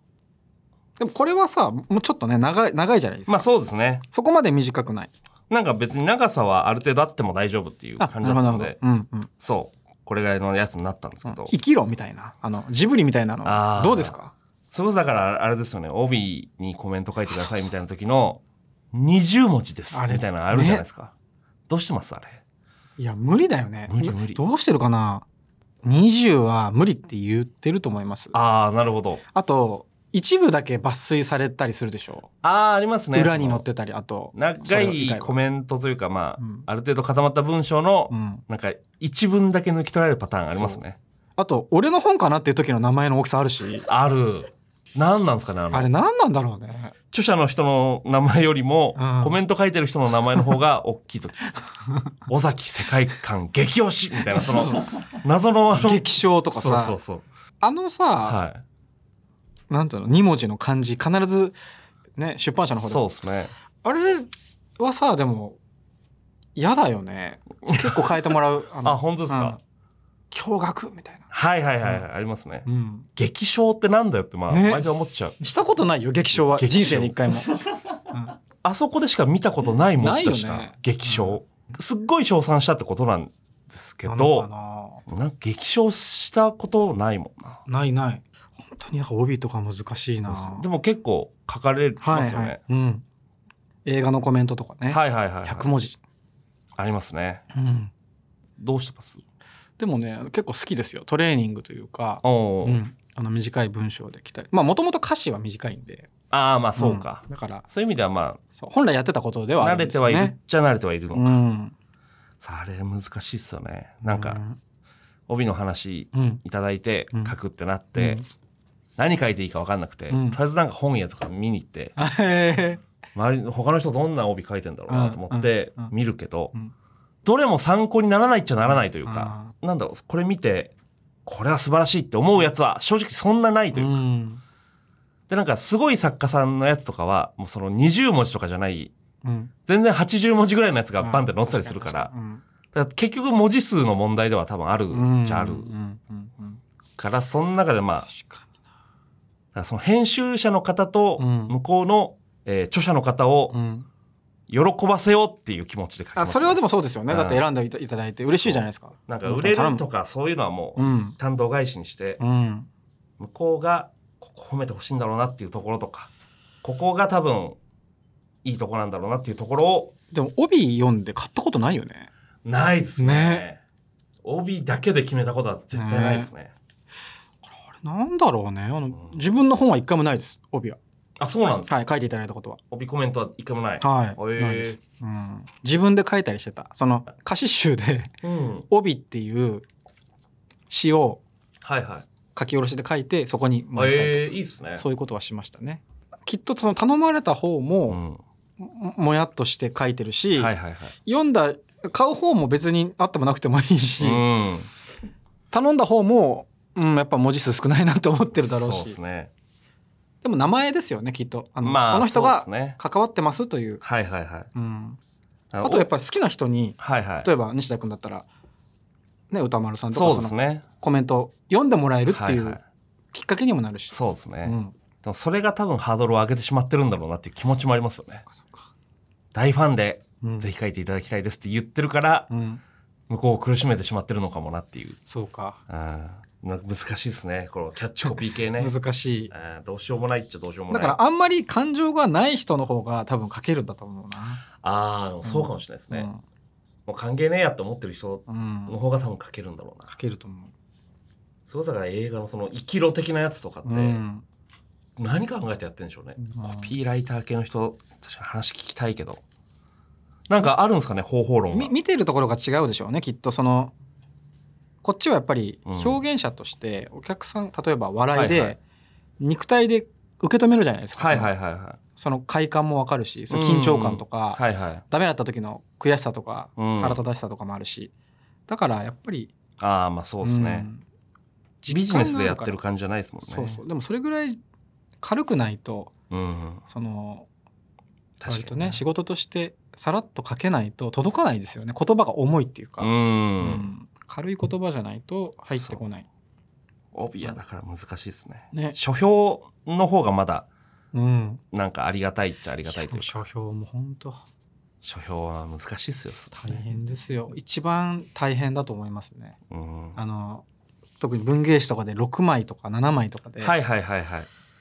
S1: でもこれはさ、もうちょっとね、長い、長いじゃないです
S2: う
S1: か。
S2: まあそうですね
S1: そこまで短くない。
S2: なんか別に長さはある程度あっても大丈夫っていう
S1: あ、
S2: 感
S1: な
S2: じ
S1: る
S2: だ
S1: ほど、
S2: った
S1: な
S2: の
S1: るほ
S2: で
S1: ど。うん、うん。
S2: そうこれぐらいのやつになったんですけど、
S1: 生きろみたいな。あの、ジブリみたいな
S2: あー
S1: の。どうですか
S2: それこそだからあれですよね帯にコメント書いてくださいみたいな時の20文字です
S1: あれ
S2: みたいなのあるじゃないですか、どうしてますあれ
S1: いや、無理だよね。
S2: 無理無理
S1: どうしてるかな ?20 は無理って言ってると思います。
S2: ああなるほど
S1: あと一部だけ抜粋されたりするでしょ、
S2: ああありますね
S1: 裏に載ってたりあと
S2: その長いコメントというかまあ、
S1: うん
S2: ある程度固まった文章の、
S1: うん、
S2: なんか一文だけ抜き取られるパターンありますね
S1: あと俺の本かなっていう時の名前の大きさあるし
S2: ある何なんですかねあの
S1: あれ何なんだろうね
S2: 著者の人の名前よりも、
S1: うん
S2: コメント書いてる人の名前の方が大き
S1: <laughs>
S2: い時尾崎世界観激推しみたいなその謎のあの
S1: 激賞とかさ
S2: そうそうそう
S1: あのさ、
S2: は
S1: なんていうの2文字の漢字必ずね出版社の
S2: い
S1: 方で
S2: そうですね
S1: あれはさでも嫌だよね結構変えてもらうあ
S2: あ本当ですか、
S1: うん驚愕みたいな、
S2: はいはいはい、ありますね
S1: うん、
S2: 激賞ってなんだよってまあ、
S1: ね
S2: 毎回思っちゃう
S1: したことないよ激賞は
S2: 激
S1: 人
S2: 賞
S1: 生に一回も、
S2: <laughs> あそこでしか見たことない文字とし
S1: ないよ
S2: た
S1: ね
S2: 激賞、すっごい称賛したってことなんですけ
S1: なのか
S2: ど
S1: な
S2: なんか激賞したことないもんな
S1: ないない本当になんか帯とか難しいな
S2: でも結構書かれ
S1: はい
S2: ますよ
S1: はい
S2: ね、
S1: うん、映画のコメントとかね、
S2: はい、はいはいはい、
S1: 100文字、
S2: ありますね
S1: うん、
S2: どうしてます
S1: でもね結構好きですよトレーニングというか、
S2: おー
S1: うん、あの短い文章できたりまあもともと歌詞は短いんで
S2: ああまあそうか、
S1: んだから
S2: そういう意味ではま
S1: そう本来やってたことで
S2: あ
S1: はあ
S2: 慣
S1: る
S2: れ
S1: んで
S2: て
S1: すよ
S2: はい
S1: ね
S2: るっちゃ慣れてはいるの、
S1: うん
S2: さああれ難しいっすよねなん
S1: う
S2: か
S1: ん
S2: 帯の話
S1: うん
S2: いただいて
S1: うん
S2: 書くってなって、
S1: うん
S2: 何書いていいか分かんなくて、
S1: うん
S2: とりあえずなんか本屋とか見に行って
S1: へ
S2: 周り他の人どんな帯書いてんだろうなと思って
S1: うんうん
S2: 見るけど、
S1: うん
S2: どれも参考にならないっちゃならないというか、なんだろうこれ見てこれは素晴らしいって思うやつは正直そんなないと
S1: え
S2: いううか、
S1: ん
S2: でなんかすごい作家さんのやつとかはもうその20文字とかじゃない
S1: うん
S2: 全然80文字ぐらいのやつがバンって載ってたりするから,、
S1: うん
S2: だから結局文字数の問題では多分ある
S1: うん
S2: じゃある
S1: うんうんうん
S2: からその中でまあ
S1: 確かに
S2: だからその編集者の方と
S1: うん
S2: 向こうの、えー著者の方を
S1: うん
S2: 喜ばせようっていう気持ちで書きま
S1: あ
S2: す、
S1: それはでもそうですよね
S2: うん
S1: だって選んでいただいて嬉しいじゃないですか
S2: なんか売れると
S1: か
S2: かそういうのはも
S1: う
S2: うん担当返しにして
S1: うん
S2: 向こうがここ褒めてほしいんだろうなっていうところとかここが多分いいとこなんだろうなっていうところを
S1: でも帯読んで買ったことないよね
S2: ないですね
S1: ね
S2: 帯だけで決めたことは絶対ないですね
S1: あれなんだろうねあの
S2: うん
S1: 自分の本は一回もないです帯は
S2: あそうなんですか
S1: はい書いていただいたことは
S2: 帯コメントは一回もない、
S1: はい、
S2: へえ
S1: ないです、うん、自分で書いたりしてたその歌詞集で
S2: うん
S1: 帯っていう詩を
S2: はいはい
S1: 書き下ろしで書いてそこに巻いたりとか
S2: えー、いいですね
S1: そういうことはしましたねきっとその頼まれた方
S2: う
S1: も
S2: ん、は
S1: ももやっとして書いてるし、
S2: いはいはい
S1: 読んだ買う方も別にあってもなくてもいいし、
S2: うん
S1: 頼んだ方も、うん、やっぱ文字数少ないなと思ってるだろう
S2: そう
S1: し
S2: ですね
S1: でも名前ですよねきっとあの、
S2: まあ
S1: この人
S2: そ
S1: が
S2: うですね
S1: 関わってますという
S2: はいはいはい
S1: うん、
S2: あ
S1: あとやっぱり好きな人に
S2: はいはい
S1: 例えば西田君だったら、ね、歌丸さんとか
S2: そうで
S1: そ
S2: す
S1: の
S2: ね
S1: コメントを読んでもらえるって
S2: はいいは
S1: う
S2: い
S1: きっかけにもなるし、
S2: そうですね、
S1: うん
S2: でもそれが多分ハードルを上げてしまってるんだろうなっていう気持ちもありますよね
S1: そうか
S2: 大ファンで
S1: うん
S2: ぜひ書いていただきたいですって言ってるから
S1: うん
S2: 向こうを苦しめてしまってるのかもなっていう
S1: そうか
S2: あーなんか難しいですねこのキャッチコピー系ね
S1: 難しい
S2: あーどうしようもないっちゃどうしようもな
S1: だ
S2: い
S1: からあんまり感情がない人の方が多分書けるんだと思うな。
S2: ああでもそうかもしれないですね、もう関係ねえやって思ってる人
S1: うん、う
S2: の
S1: ん、
S2: 方が多分書けるんだろうな
S1: 書けると思
S2: そうだから映画のその生きろ的なやつとかって
S1: う。うん、
S2: 何考えてやってんでしょうね、
S1: うん
S2: コピーライター系の人確かに話聞きたいけどなんかあるんですかね方法論が
S1: み見てるところが違うでしょうねきっとそのこっちはやっぱり表現者としてお客さん、例えば笑い
S2: はいは
S1: で
S2: い
S1: 肉体で受け止めるじゃないですか、
S2: はいはいはいはい
S1: その快感もわかるしその緊張感とか、
S2: はいはい。
S1: ダメだった時の悔しさとか
S2: うん
S1: 腹立たしさとかもあるし、だからやっぱり
S2: ああ、まあそうですね、
S1: ん
S2: ビジネスでやってる感じじゃないですもんね。
S1: そうそうでもそれぐらい軽くないと
S2: うんうん。
S1: その
S2: 確
S1: 割
S2: か
S1: と
S2: に
S1: ね仕事としてさらっと書けないと届かないですよね言葉が重いっていうか、
S2: う。
S1: うんん軽い言葉じゃないと入ってこない
S2: 帯やだから難しいですね。
S1: ね
S2: 書評の方がまだ
S1: うん
S2: なんかありがたいっちゃありがたいというか、
S1: 書評も本当
S2: 書評は難しいっすよ。そ
S1: 大
S2: れね
S1: 変ですよ一番大変だと思いますね
S2: うん。は
S1: あの特に文芸誌とかで6枚とか7枚とかで、
S2: いはいはいはい。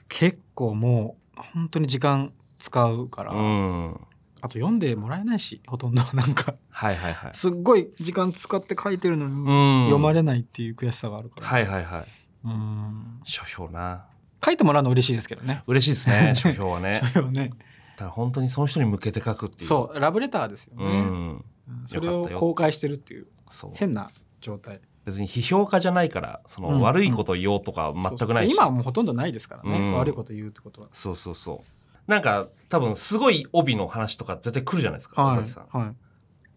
S1: 結構もう本当に時間使うから、
S2: うん。はい
S1: あと読んでもらえないしほとんどなんか
S2: はいはい。
S1: すっごい時間使って書いてるのに、
S2: うん。
S1: 読まれないっていう悔しさがあるから、
S2: はいはいはい。
S1: うん
S2: 書評な。
S1: 書いてもらうの嬉しいですけどね。
S2: 嬉しいです
S1: <laughs>
S2: ね、書評はね。
S1: だよね
S2: だから本当にその人に向けて書くってい
S1: <laughs>
S2: う。
S1: そうラブレターですよ
S2: う
S1: ね、
S2: ん。
S1: うんそれを
S2: よかったよ
S1: 公開してるっていう
S2: そう。
S1: 変な状態
S2: 別に批評家じゃないから、そ
S1: うん
S2: の悪いことを言おうとか全くないし。
S1: そうそう今はもうほとんどないですからね、
S2: うん
S1: 悪いこと言うってことは
S2: そうそうそう。なんか、多分、すごい帯の話とか絶対来るじゃないですか、尾
S1: はい
S2: 崎さん。
S1: はい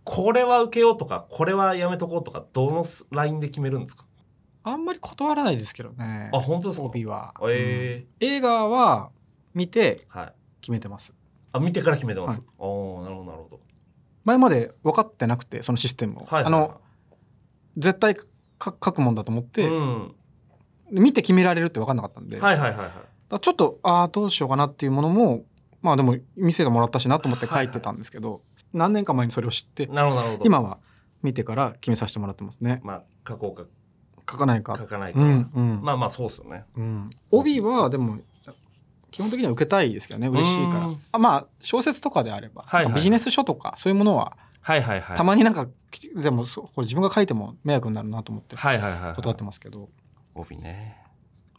S2: これは受けようとか、これはやめとこうとか、どのラインで決めるんですか
S1: あんまり断らないですけどね
S2: あ、本当ですか
S1: 帯は、うん
S2: ええ
S1: 映画は見て
S2: はい。
S1: 決めてます
S2: あ、見てから決めてます。
S1: は
S2: おおなるほど、なるほど。
S1: 前まで分かってなくてそのシステムを、
S2: はいはいはい。
S1: あの絶対か書くもんだと思って、
S2: うん。
S1: で見て決められるって分かんなかったんで、だか
S2: はいはいはいはい。
S1: らちょっとああどうしようかなっていうものもまあでも見せてもらったしなと思って書いてたんですけど、何年か前にそれを知って
S2: なるほど、なるほど。。
S1: 今は見てから決めさせてもらってますね
S2: まあ、書こう
S1: 書かないか
S2: か、書かないか。
S1: うんうん
S2: まあまあ、そうですよね。
S1: うん、帯はでも基本的には受けたいですけどね嬉しいか
S2: う
S1: ら
S2: ん
S1: あまあ小説とかであれば、
S2: はいはい
S1: なんかビジネス書とかそういうものは
S2: はいはいはい。
S1: たまになんか、でもそうこれ自分が書いても迷惑になるなと思って
S2: はいはいはいはい。
S1: 断ってますけど、
S2: 帯ね。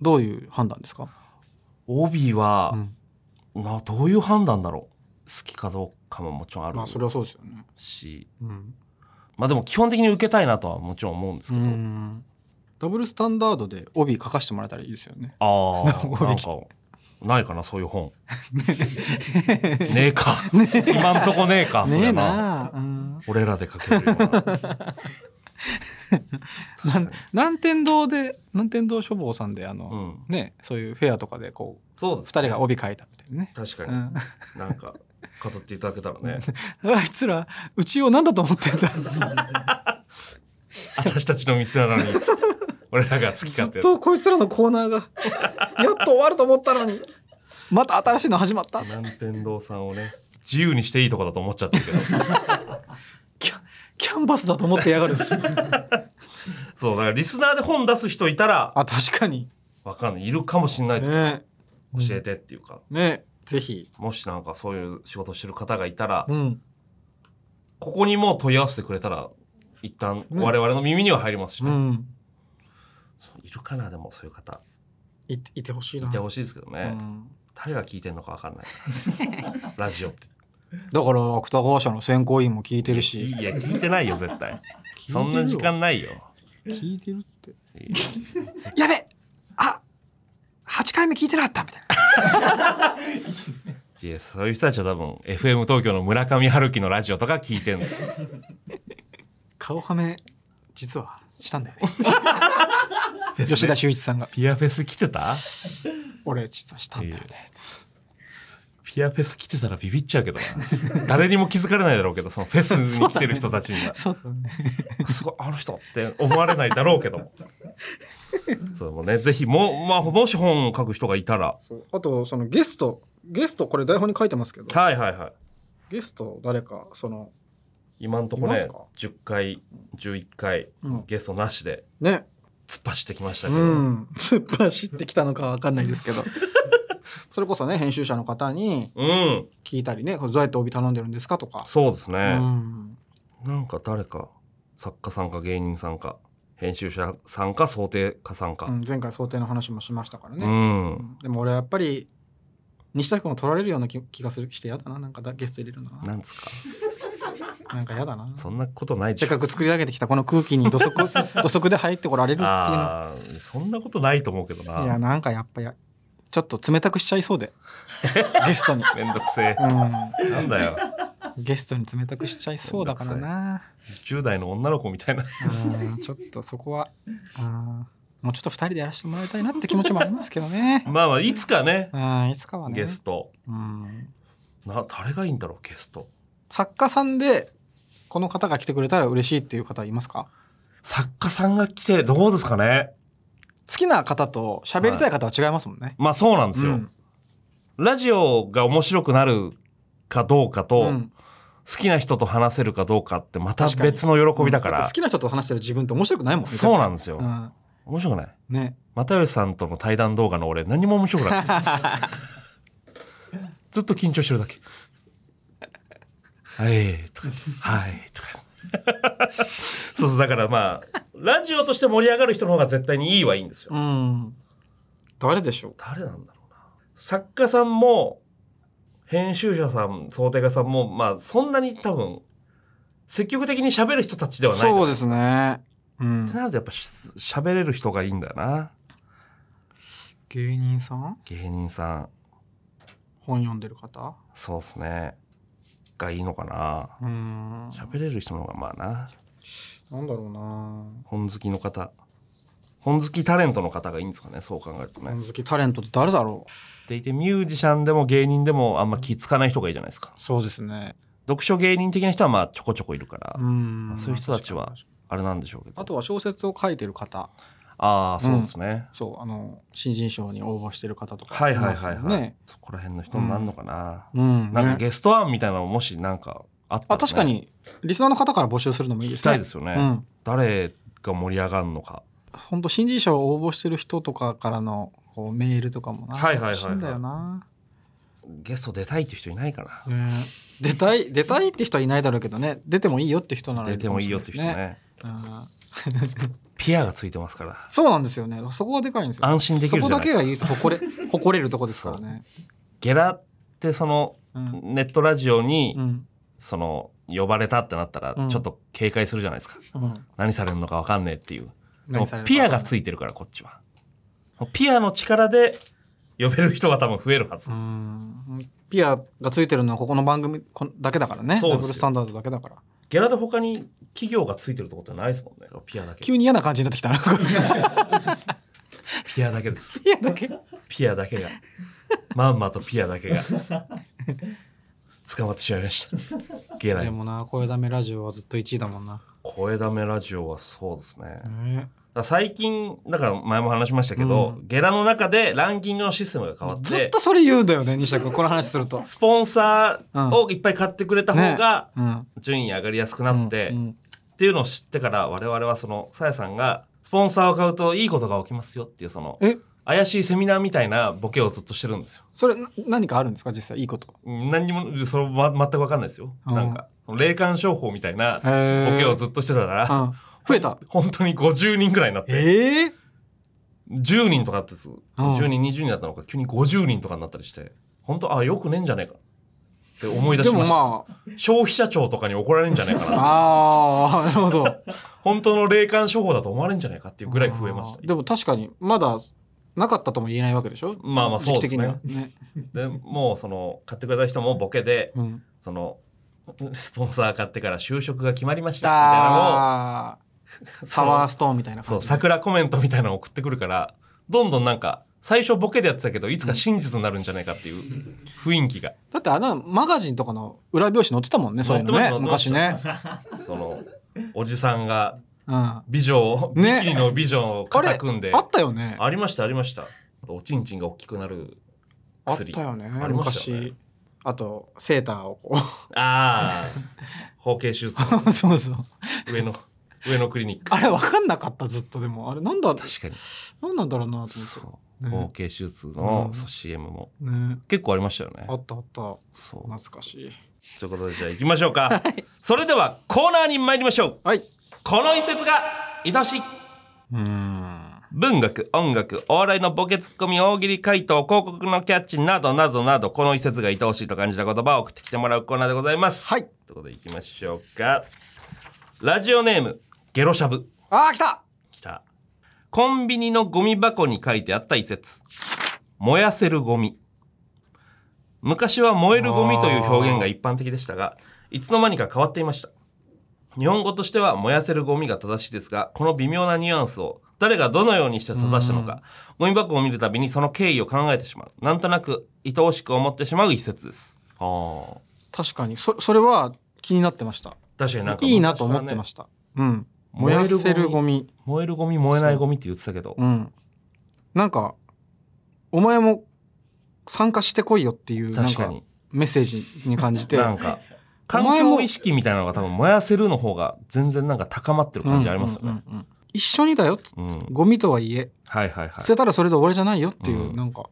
S1: どういう判断ですか、
S2: 帯は
S1: う、ん
S2: な、どういう判断だろう。好きかどうかももちろんある
S1: まあそれはそうですよね。
S2: し、
S1: うん
S2: まあでも基本的に受けたいなとはもちろん思うんですけど、
S1: うんダブルスタンダードで帯書かせてもらえたらいいですよね。<laughs>
S2: ああ、
S1: ご
S2: なん
S1: 引き
S2: か、ないかな、そういう本。ねえか。今んとこねえか、そ
S1: ね
S2: れ
S1: え
S2: な。
S1: なあ、うん
S2: 俺らで書けるような。
S1: なん南天堂で南天堂書房さんであ
S2: う
S1: の、
S2: ん。
S1: ねそういうフェアとかでこう
S2: そうです。
S1: 二人が。帯書いたみたいなね。
S2: 確か
S1: う
S2: に。
S1: ん、
S2: なんか、飾っていただけたらね。
S1: あいつらうちを何だと思ってんだ
S2: 私たちの店なのに、つって。俺らが好
S1: ず
S2: き勝
S1: っ
S2: 手や
S1: とこいつらのコーナー <laughs> がやっと終わると思ったのにまた新しいの始まった
S2: っ。南天堂さんをね、自由にしていいとこだと思っちゃってるけど。
S1: キャキャンバスだと思ってやがる
S2: そう、だからリスナーで本出す人いたら、
S1: あ確かに
S2: わかんない。いるかもしんないです。
S1: ね
S2: 教えてっていうか。
S1: ねぜひ
S2: もしなんかそういう仕事してる方がいたら、
S1: うん
S2: ここにもう問い合わせてくれたら、一旦
S1: うん
S2: 我々の耳には入りますし
S1: う
S2: ね、
S1: ん
S2: いるかな、でもそういう方。
S1: いていてほしいない
S2: てほしいですけどね。
S1: うん
S2: 誰が聞いてんのかわか
S1: <laughs>
S2: んないから。ラジオって。
S1: だから芥川賞の選考委員も聞いてる
S2: い
S1: し
S2: や、聞いてないよ、絶対。
S1: 聞いてるよ
S2: そんな時間ないよ。
S1: 聞いてるって
S2: い
S1: や
S2: や
S1: べあ8回目聞いてなかったみたいない
S2: や、そういう人たちは多分、FM 東京の村上春樹のラジオとか聞いてるんですよ。
S1: 顔はめ実はしたんだよね吉田修一さんが
S2: <laughs> ピアフェス来てた
S1: 俺実はしたんだよね
S2: ピアフェス来てたらビビっちゃうけどな。 <laughs> 誰にも気づかれないだろうけど、そのフェスに来てる人たちには。
S1: そうだね
S2: すごい、あの人って思われないだろうけど。そうもうね、ぜひ、もう、まあ、もし本を書く人がいたら。
S1: そうあとそのゲストゲストこれ台本に書いてますけど
S2: はいはいはい。
S1: ゲスト誰かその
S2: 今んとこ
S1: います
S2: ね
S1: か、
S2: 10回、11回、
S1: うん
S2: ゲストなしで
S1: ね
S2: 突っ走ってきました
S1: う
S2: けど。
S1: ん <laughs> 突っ走ってきたのかわかんないですけど <laughs> それこそね編集者の方に
S2: うん、
S1: 聞いたりねこれどうやって帯頼んでるんですかとか、
S2: そうです
S1: う
S2: ね。
S1: ん、
S2: なんか誰か、作家さんか芸人さんか、編集者さんか、想定家さん
S1: う
S2: か。
S1: ん前回想定の話もしましたから
S2: う
S1: ね、
S2: ん。
S1: でも俺はやっぱり西田君を取られるような気気がするしてやだななんかだゲスト入れるのは
S2: なんつか、
S1: なんかやだな
S2: そんなことないで
S1: せ
S2: しょ
S1: っかく作り上げてきたこの空気に土
S2: <laughs>
S1: 足土足で入ってこられるっていうの
S2: あーそんなことないと思うけど
S1: いや
S2: な。
S1: なんかやっぱやちょっと冷たくしちゃいそう
S2: <laughs>
S1: でゲストに、
S2: めんどくせ
S1: う
S2: <laughs> え。なんだよ。
S1: ん、ゲストに冷たくしちゃいそうだからな
S2: 10代の女の子みたいな。
S1: うんちょっとそこはうんもうちょっと2人でやらせてもらいたいなって気持ちもありますけどね
S2: まあまあ、いつかね、
S1: うんいつかはね
S2: ゲスト。
S1: うん、
S2: な、誰がいいんだろう、ゲスト。
S1: 作家さんでこの方が来てくれたら嬉しいっていう方いますか
S2: 作家さんが来てどうですかね。
S1: 好きな方と喋りたい方は違いますもんね、
S2: まあそうなんです
S1: う
S2: よ。
S1: ん
S2: ラジオが面白くなるかどうかと、
S1: うん
S2: 好きな人と話せるかどうかってまた
S1: 確かに
S2: 別の喜びだから。
S1: って好きな人と話してる自分って面白くないもんね
S2: そうなんですよ。
S1: うん
S2: 面白くない。
S1: ね
S2: 又吉さんとの対談動画の俺何も面白くなかった。
S1: <laughs>
S2: ずっと緊張してるだけ。はい、とか、はい、とか。 <laughs> そうそう、だからまあ、ラジオとして盛り上がる人の方が絶対にいいはいいんですよ。
S1: うん誰でしょう
S2: 誰なんだろうな。作家さんも、編集者さん、想定家さんも、まあ、そんなに多分、積極的に喋る人たちではないじゃない
S1: そうですね、うん
S2: って、なるとやっぱし喋れる人がいいんだよな。
S1: 芸人さん
S2: 芸人さん。
S1: 本読んでる方
S2: そうっすね。がいいのかな。
S1: うん
S2: 喋れる人の方がまあな
S1: なんだろうな
S2: 本好きの方本好きタレントの方がいいんですかねそう考えるとね、
S1: 本好きタレントって誰だろう
S2: でいてミュージシャンでも芸人でもあんま気つかない人がいいじゃないですか
S1: そうですね
S2: 読書芸人的な人はまあちょこちょこいるから、
S1: うん
S2: そういう人たちはあれなんでしょうけど
S1: あとは小説を書いてる方
S2: ああそうですね、
S1: そうあの新人賞に応募してる方とか
S2: はいはいはい
S1: い
S2: は
S1: ます
S2: い、
S1: よね
S2: そこら辺の人になるのかな、
S1: うん
S2: なんか
S1: ね
S2: ゲスト案みたいなのもしなんかあったら、
S1: あ確かにリスナーの方から募集するのもいい
S2: 聞
S1: で
S2: き
S1: す
S2: た
S1: ね
S2: いですよね、
S1: うん
S2: 誰が盛り上がるのか
S1: 本当新人賞を応募してる人とかからのこうメールとかもな
S2: はいはいはいはい
S1: 欲しんだよな、
S2: ゲスト出たいって人いないかな
S1: ね出たい出たいって人はいないだろうけどね出てもいいよって人なら
S2: 出てもいいよって人ね
S1: うん
S2: ピアがついてますから
S1: そうなんですよねそこがでかいんですよ
S2: 安心できるじゃな
S1: そこだ
S2: い
S1: けが唯一誇れ <laughs> 誇れるとこですからね
S2: ゲラってその
S1: うん、
S2: ネットラジオ
S1: う
S2: に
S1: ん
S2: その呼ばれたってなったら
S1: うん
S2: ちょっと警戒するじゃないですか、
S1: うん
S2: 何されるのか分かんねえっていう
S1: 何されるか
S2: ピアがついてるからこっちはもうピアの力で呼べる人が多分増えるはず、
S1: うんピアがついてるのはここの番組こんだけだからね
S2: そうですよ
S1: ダブルスタンダードだけだから
S2: ゲラで他に企業がついてるとこってないですもんねピアだけ
S1: 急に嫌な感じになってき
S2: <laughs>
S1: たな
S2: ピアだけです
S1: ピアだけ
S2: ピアだけがまんまとピアだけが捕まってしまいましたゲラ
S1: で
S2: に
S1: もな声ダメラジオはずっと1位だもんな、
S2: 声だめラジオはそうですね、
S1: ね
S2: だから最近だから前も話しましたけど、ゲラの中でランキングのシステムが変わっ
S1: ずってとそれ言うんだよね西田君この話すると
S2: スポンサーをいっぱい買ってくれた方が
S1: うん
S2: 順位上がりやすくなって、
S1: うん
S2: っていうのを知ってから我々はそのさやさんがスポンサーを買うといいことが起きますよっていうその
S1: え
S2: 怪しいセミナーみたいなボケをずっとしてるんですよ。
S1: それな何かあるんですか実際いいこと
S2: うん何にもそれ、ま、全く分かんないですよ。
S1: うん
S2: なんかその霊感商法みたいな
S1: へー
S2: ボケをずっとしてたから、
S1: うん増えた
S2: 本当に50人ぐらいになって
S1: ええ
S2: 10人とかだったんです、10人20人だったのか急に50人とかになったりして本当あよくねえんじゃねえかって思い出
S1: で
S2: しま
S1: も
S2: した、
S1: ま
S2: 消費者庁とかに怒られるんじゃないか
S1: <laughs> あ
S2: な
S1: ああなるほど
S2: 本当の霊感商法だと思われるんじゃないかっていうぐらい増えまし
S1: あ
S2: た
S1: ーでも確かにまだなかったとも言えないわけでしょ
S2: まあまあそうですね
S1: 時期的にはね、
S2: でもうその買ってくれた人もボケで
S1: うん、
S2: そのスポンサー買ってから就職が決まりましたみたいなのを
S1: あー
S2: そ
S1: サ
S2: の
S1: ワーストーンみたいな
S2: そ
S1: 感
S2: う
S1: じ
S2: 桜コメントみたいなのを送ってくるからどんどんなんか最初ボケでやってたけどいつか真実になるんじゃないかっていう雰囲気が
S1: だってあのマガジンとかの裏表紙載ってたもんねそういうの
S2: 載っ
S1: ね
S2: てまし
S1: 昔
S2: た
S1: ね、
S2: そのおじさんが
S1: うん、あ
S2: 美女を、
S1: ね
S2: ビキニの美女を
S1: れ
S2: 肩組んで
S1: あったよね
S2: ありましたありましたおちんちんが大きくなる
S1: あっ
S2: 薬
S1: たよね
S2: ありましたよね
S1: 昔あとセーターをこ
S2: ああ包茎手術
S1: う <laughs> そうそう
S2: 上
S1: <laughs>
S2: の上のクリニック
S1: あれ分かんなかったずっとでもあれなんだ
S2: 確かに
S1: なんなんだろうなと
S2: そう
S1: ね
S2: 包茎手術の、
S1: うん
S2: そう CM も
S1: 思ってね
S2: 結構ありましたよね
S1: あったあった
S2: そう
S1: 懐かしい
S2: ということでじゃあ行きましょうか、それではコーナーに参りましょう
S1: はい
S2: この一節が愛しい
S1: うん
S2: 文学音楽お笑いのボケツッコミ大喜利回答広告のキャッチなどなどなどこの一節が愛おしいと感じた言葉を送ってきてもらうコーナーでございます。
S1: はい
S2: ということでいきましょうかラジオネームゲロしゃぶ
S1: あー来た
S2: きたコンビニのゴミ箱に書いてあった一節燃やせるゴミ昔は燃えるゴミという表現が一般的でしたがいつの間にか変わっていました日本語としては燃やせるゴミが正しいですがこの微妙なニュアンスを誰がどのようにして正したのかゴミ箱を見るたびにその経緯を考えてしまうなんとなく愛おしく思ってしまう一節ですあ
S1: 確かにそそれは気になってました
S2: 確かになんか
S1: いいなと思ってま
S2: し
S1: した、うん燃やせるゴミ
S2: た燃えるゴミ燃えないゴミって言ってたけど
S1: うんなんかお前も参加してこいよっていうなん
S2: 確か
S1: か
S2: に
S1: メッセージに感じて
S2: なんか環
S1: お前
S2: 境
S1: も
S2: 意識みたいなのが多分燃やせるの方が全然なんか高まってる感じありますよね。
S1: うんうんうん一緒にだよ
S2: うん
S1: ゴミとはいえ
S2: はいはいはい
S1: 捨。てたらそれで終わりじゃないよっていう、
S2: うん
S1: なんか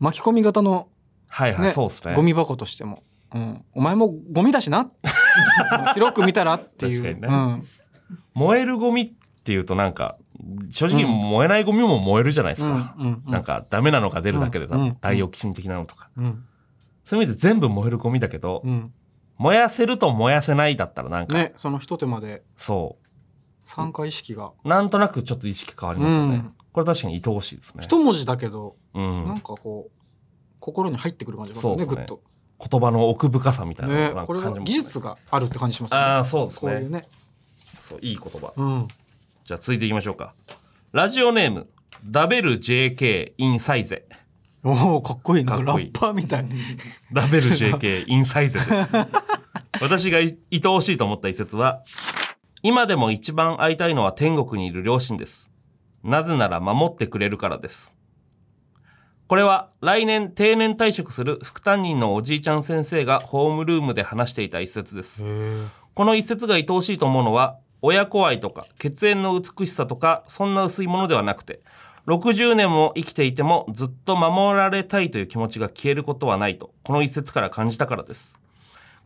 S1: 巻き込み型の
S2: はいはい、
S1: ね
S2: そうですね。
S1: ゴミ箱としても、うん、お前もゴミだしな <laughs> うん広く見たらっていう、
S2: 確か
S1: う
S2: に
S1: ん、
S2: 燃えるゴミっていうとなんか正直燃えないゴミも燃えるじゃないですか。
S1: うんうんうん
S2: なんかダメなのが出るだけで多
S1: うんう
S2: 分
S1: ん
S2: ダイオキシン的なのとか。
S1: うん
S2: そういう意味で全部燃えるゴミだけど
S1: う、ん、
S2: 燃やせると燃やせないだったらなんか
S1: ねその一手間で
S2: そ
S1: 参加意識が、
S2: う。なんとなくちょっと意識変わりますよ
S1: う
S2: ね
S1: ん。
S2: これ確かに愛おしいですね。
S1: 一文字だけど、
S2: うん
S1: なんかこう心に入ってくる感じがするね
S2: そう
S1: ぐ
S2: で
S1: っ
S2: すね
S1: と
S2: 言葉の奥深さみたいな
S1: ね
S2: のなん
S1: こ
S2: か
S1: れ
S2: 感
S1: は
S2: じます
S1: 技
S2: ね
S1: 術があるって感じしますね
S2: ああ、そうです
S1: こうい
S2: ね
S1: う。ね
S2: そう、いい言葉。
S1: うん
S2: じゃあ続いていきましょうか。ラジオネーム、ダベル JK インサイゼ。
S1: おおかっこいいなんか
S2: かっ
S1: ラ
S2: こいい
S1: ッパーみたい
S2: ダベル JK インサイゼです。私がい愛おしいと思った一節は、今でも一番会いたいのは天国にいる両親です。なぜなら守ってくれるからです。これは来年定年退職する副担任のおじいちゃん先生がホームルームで話していた一節です。この一節が愛おしいと思うのは親子愛とか血縁の美しさとかそんな薄いものではなくて60年も生きていてもずっと守られたいという気持ちが消えることはないとこの一節から感じたからです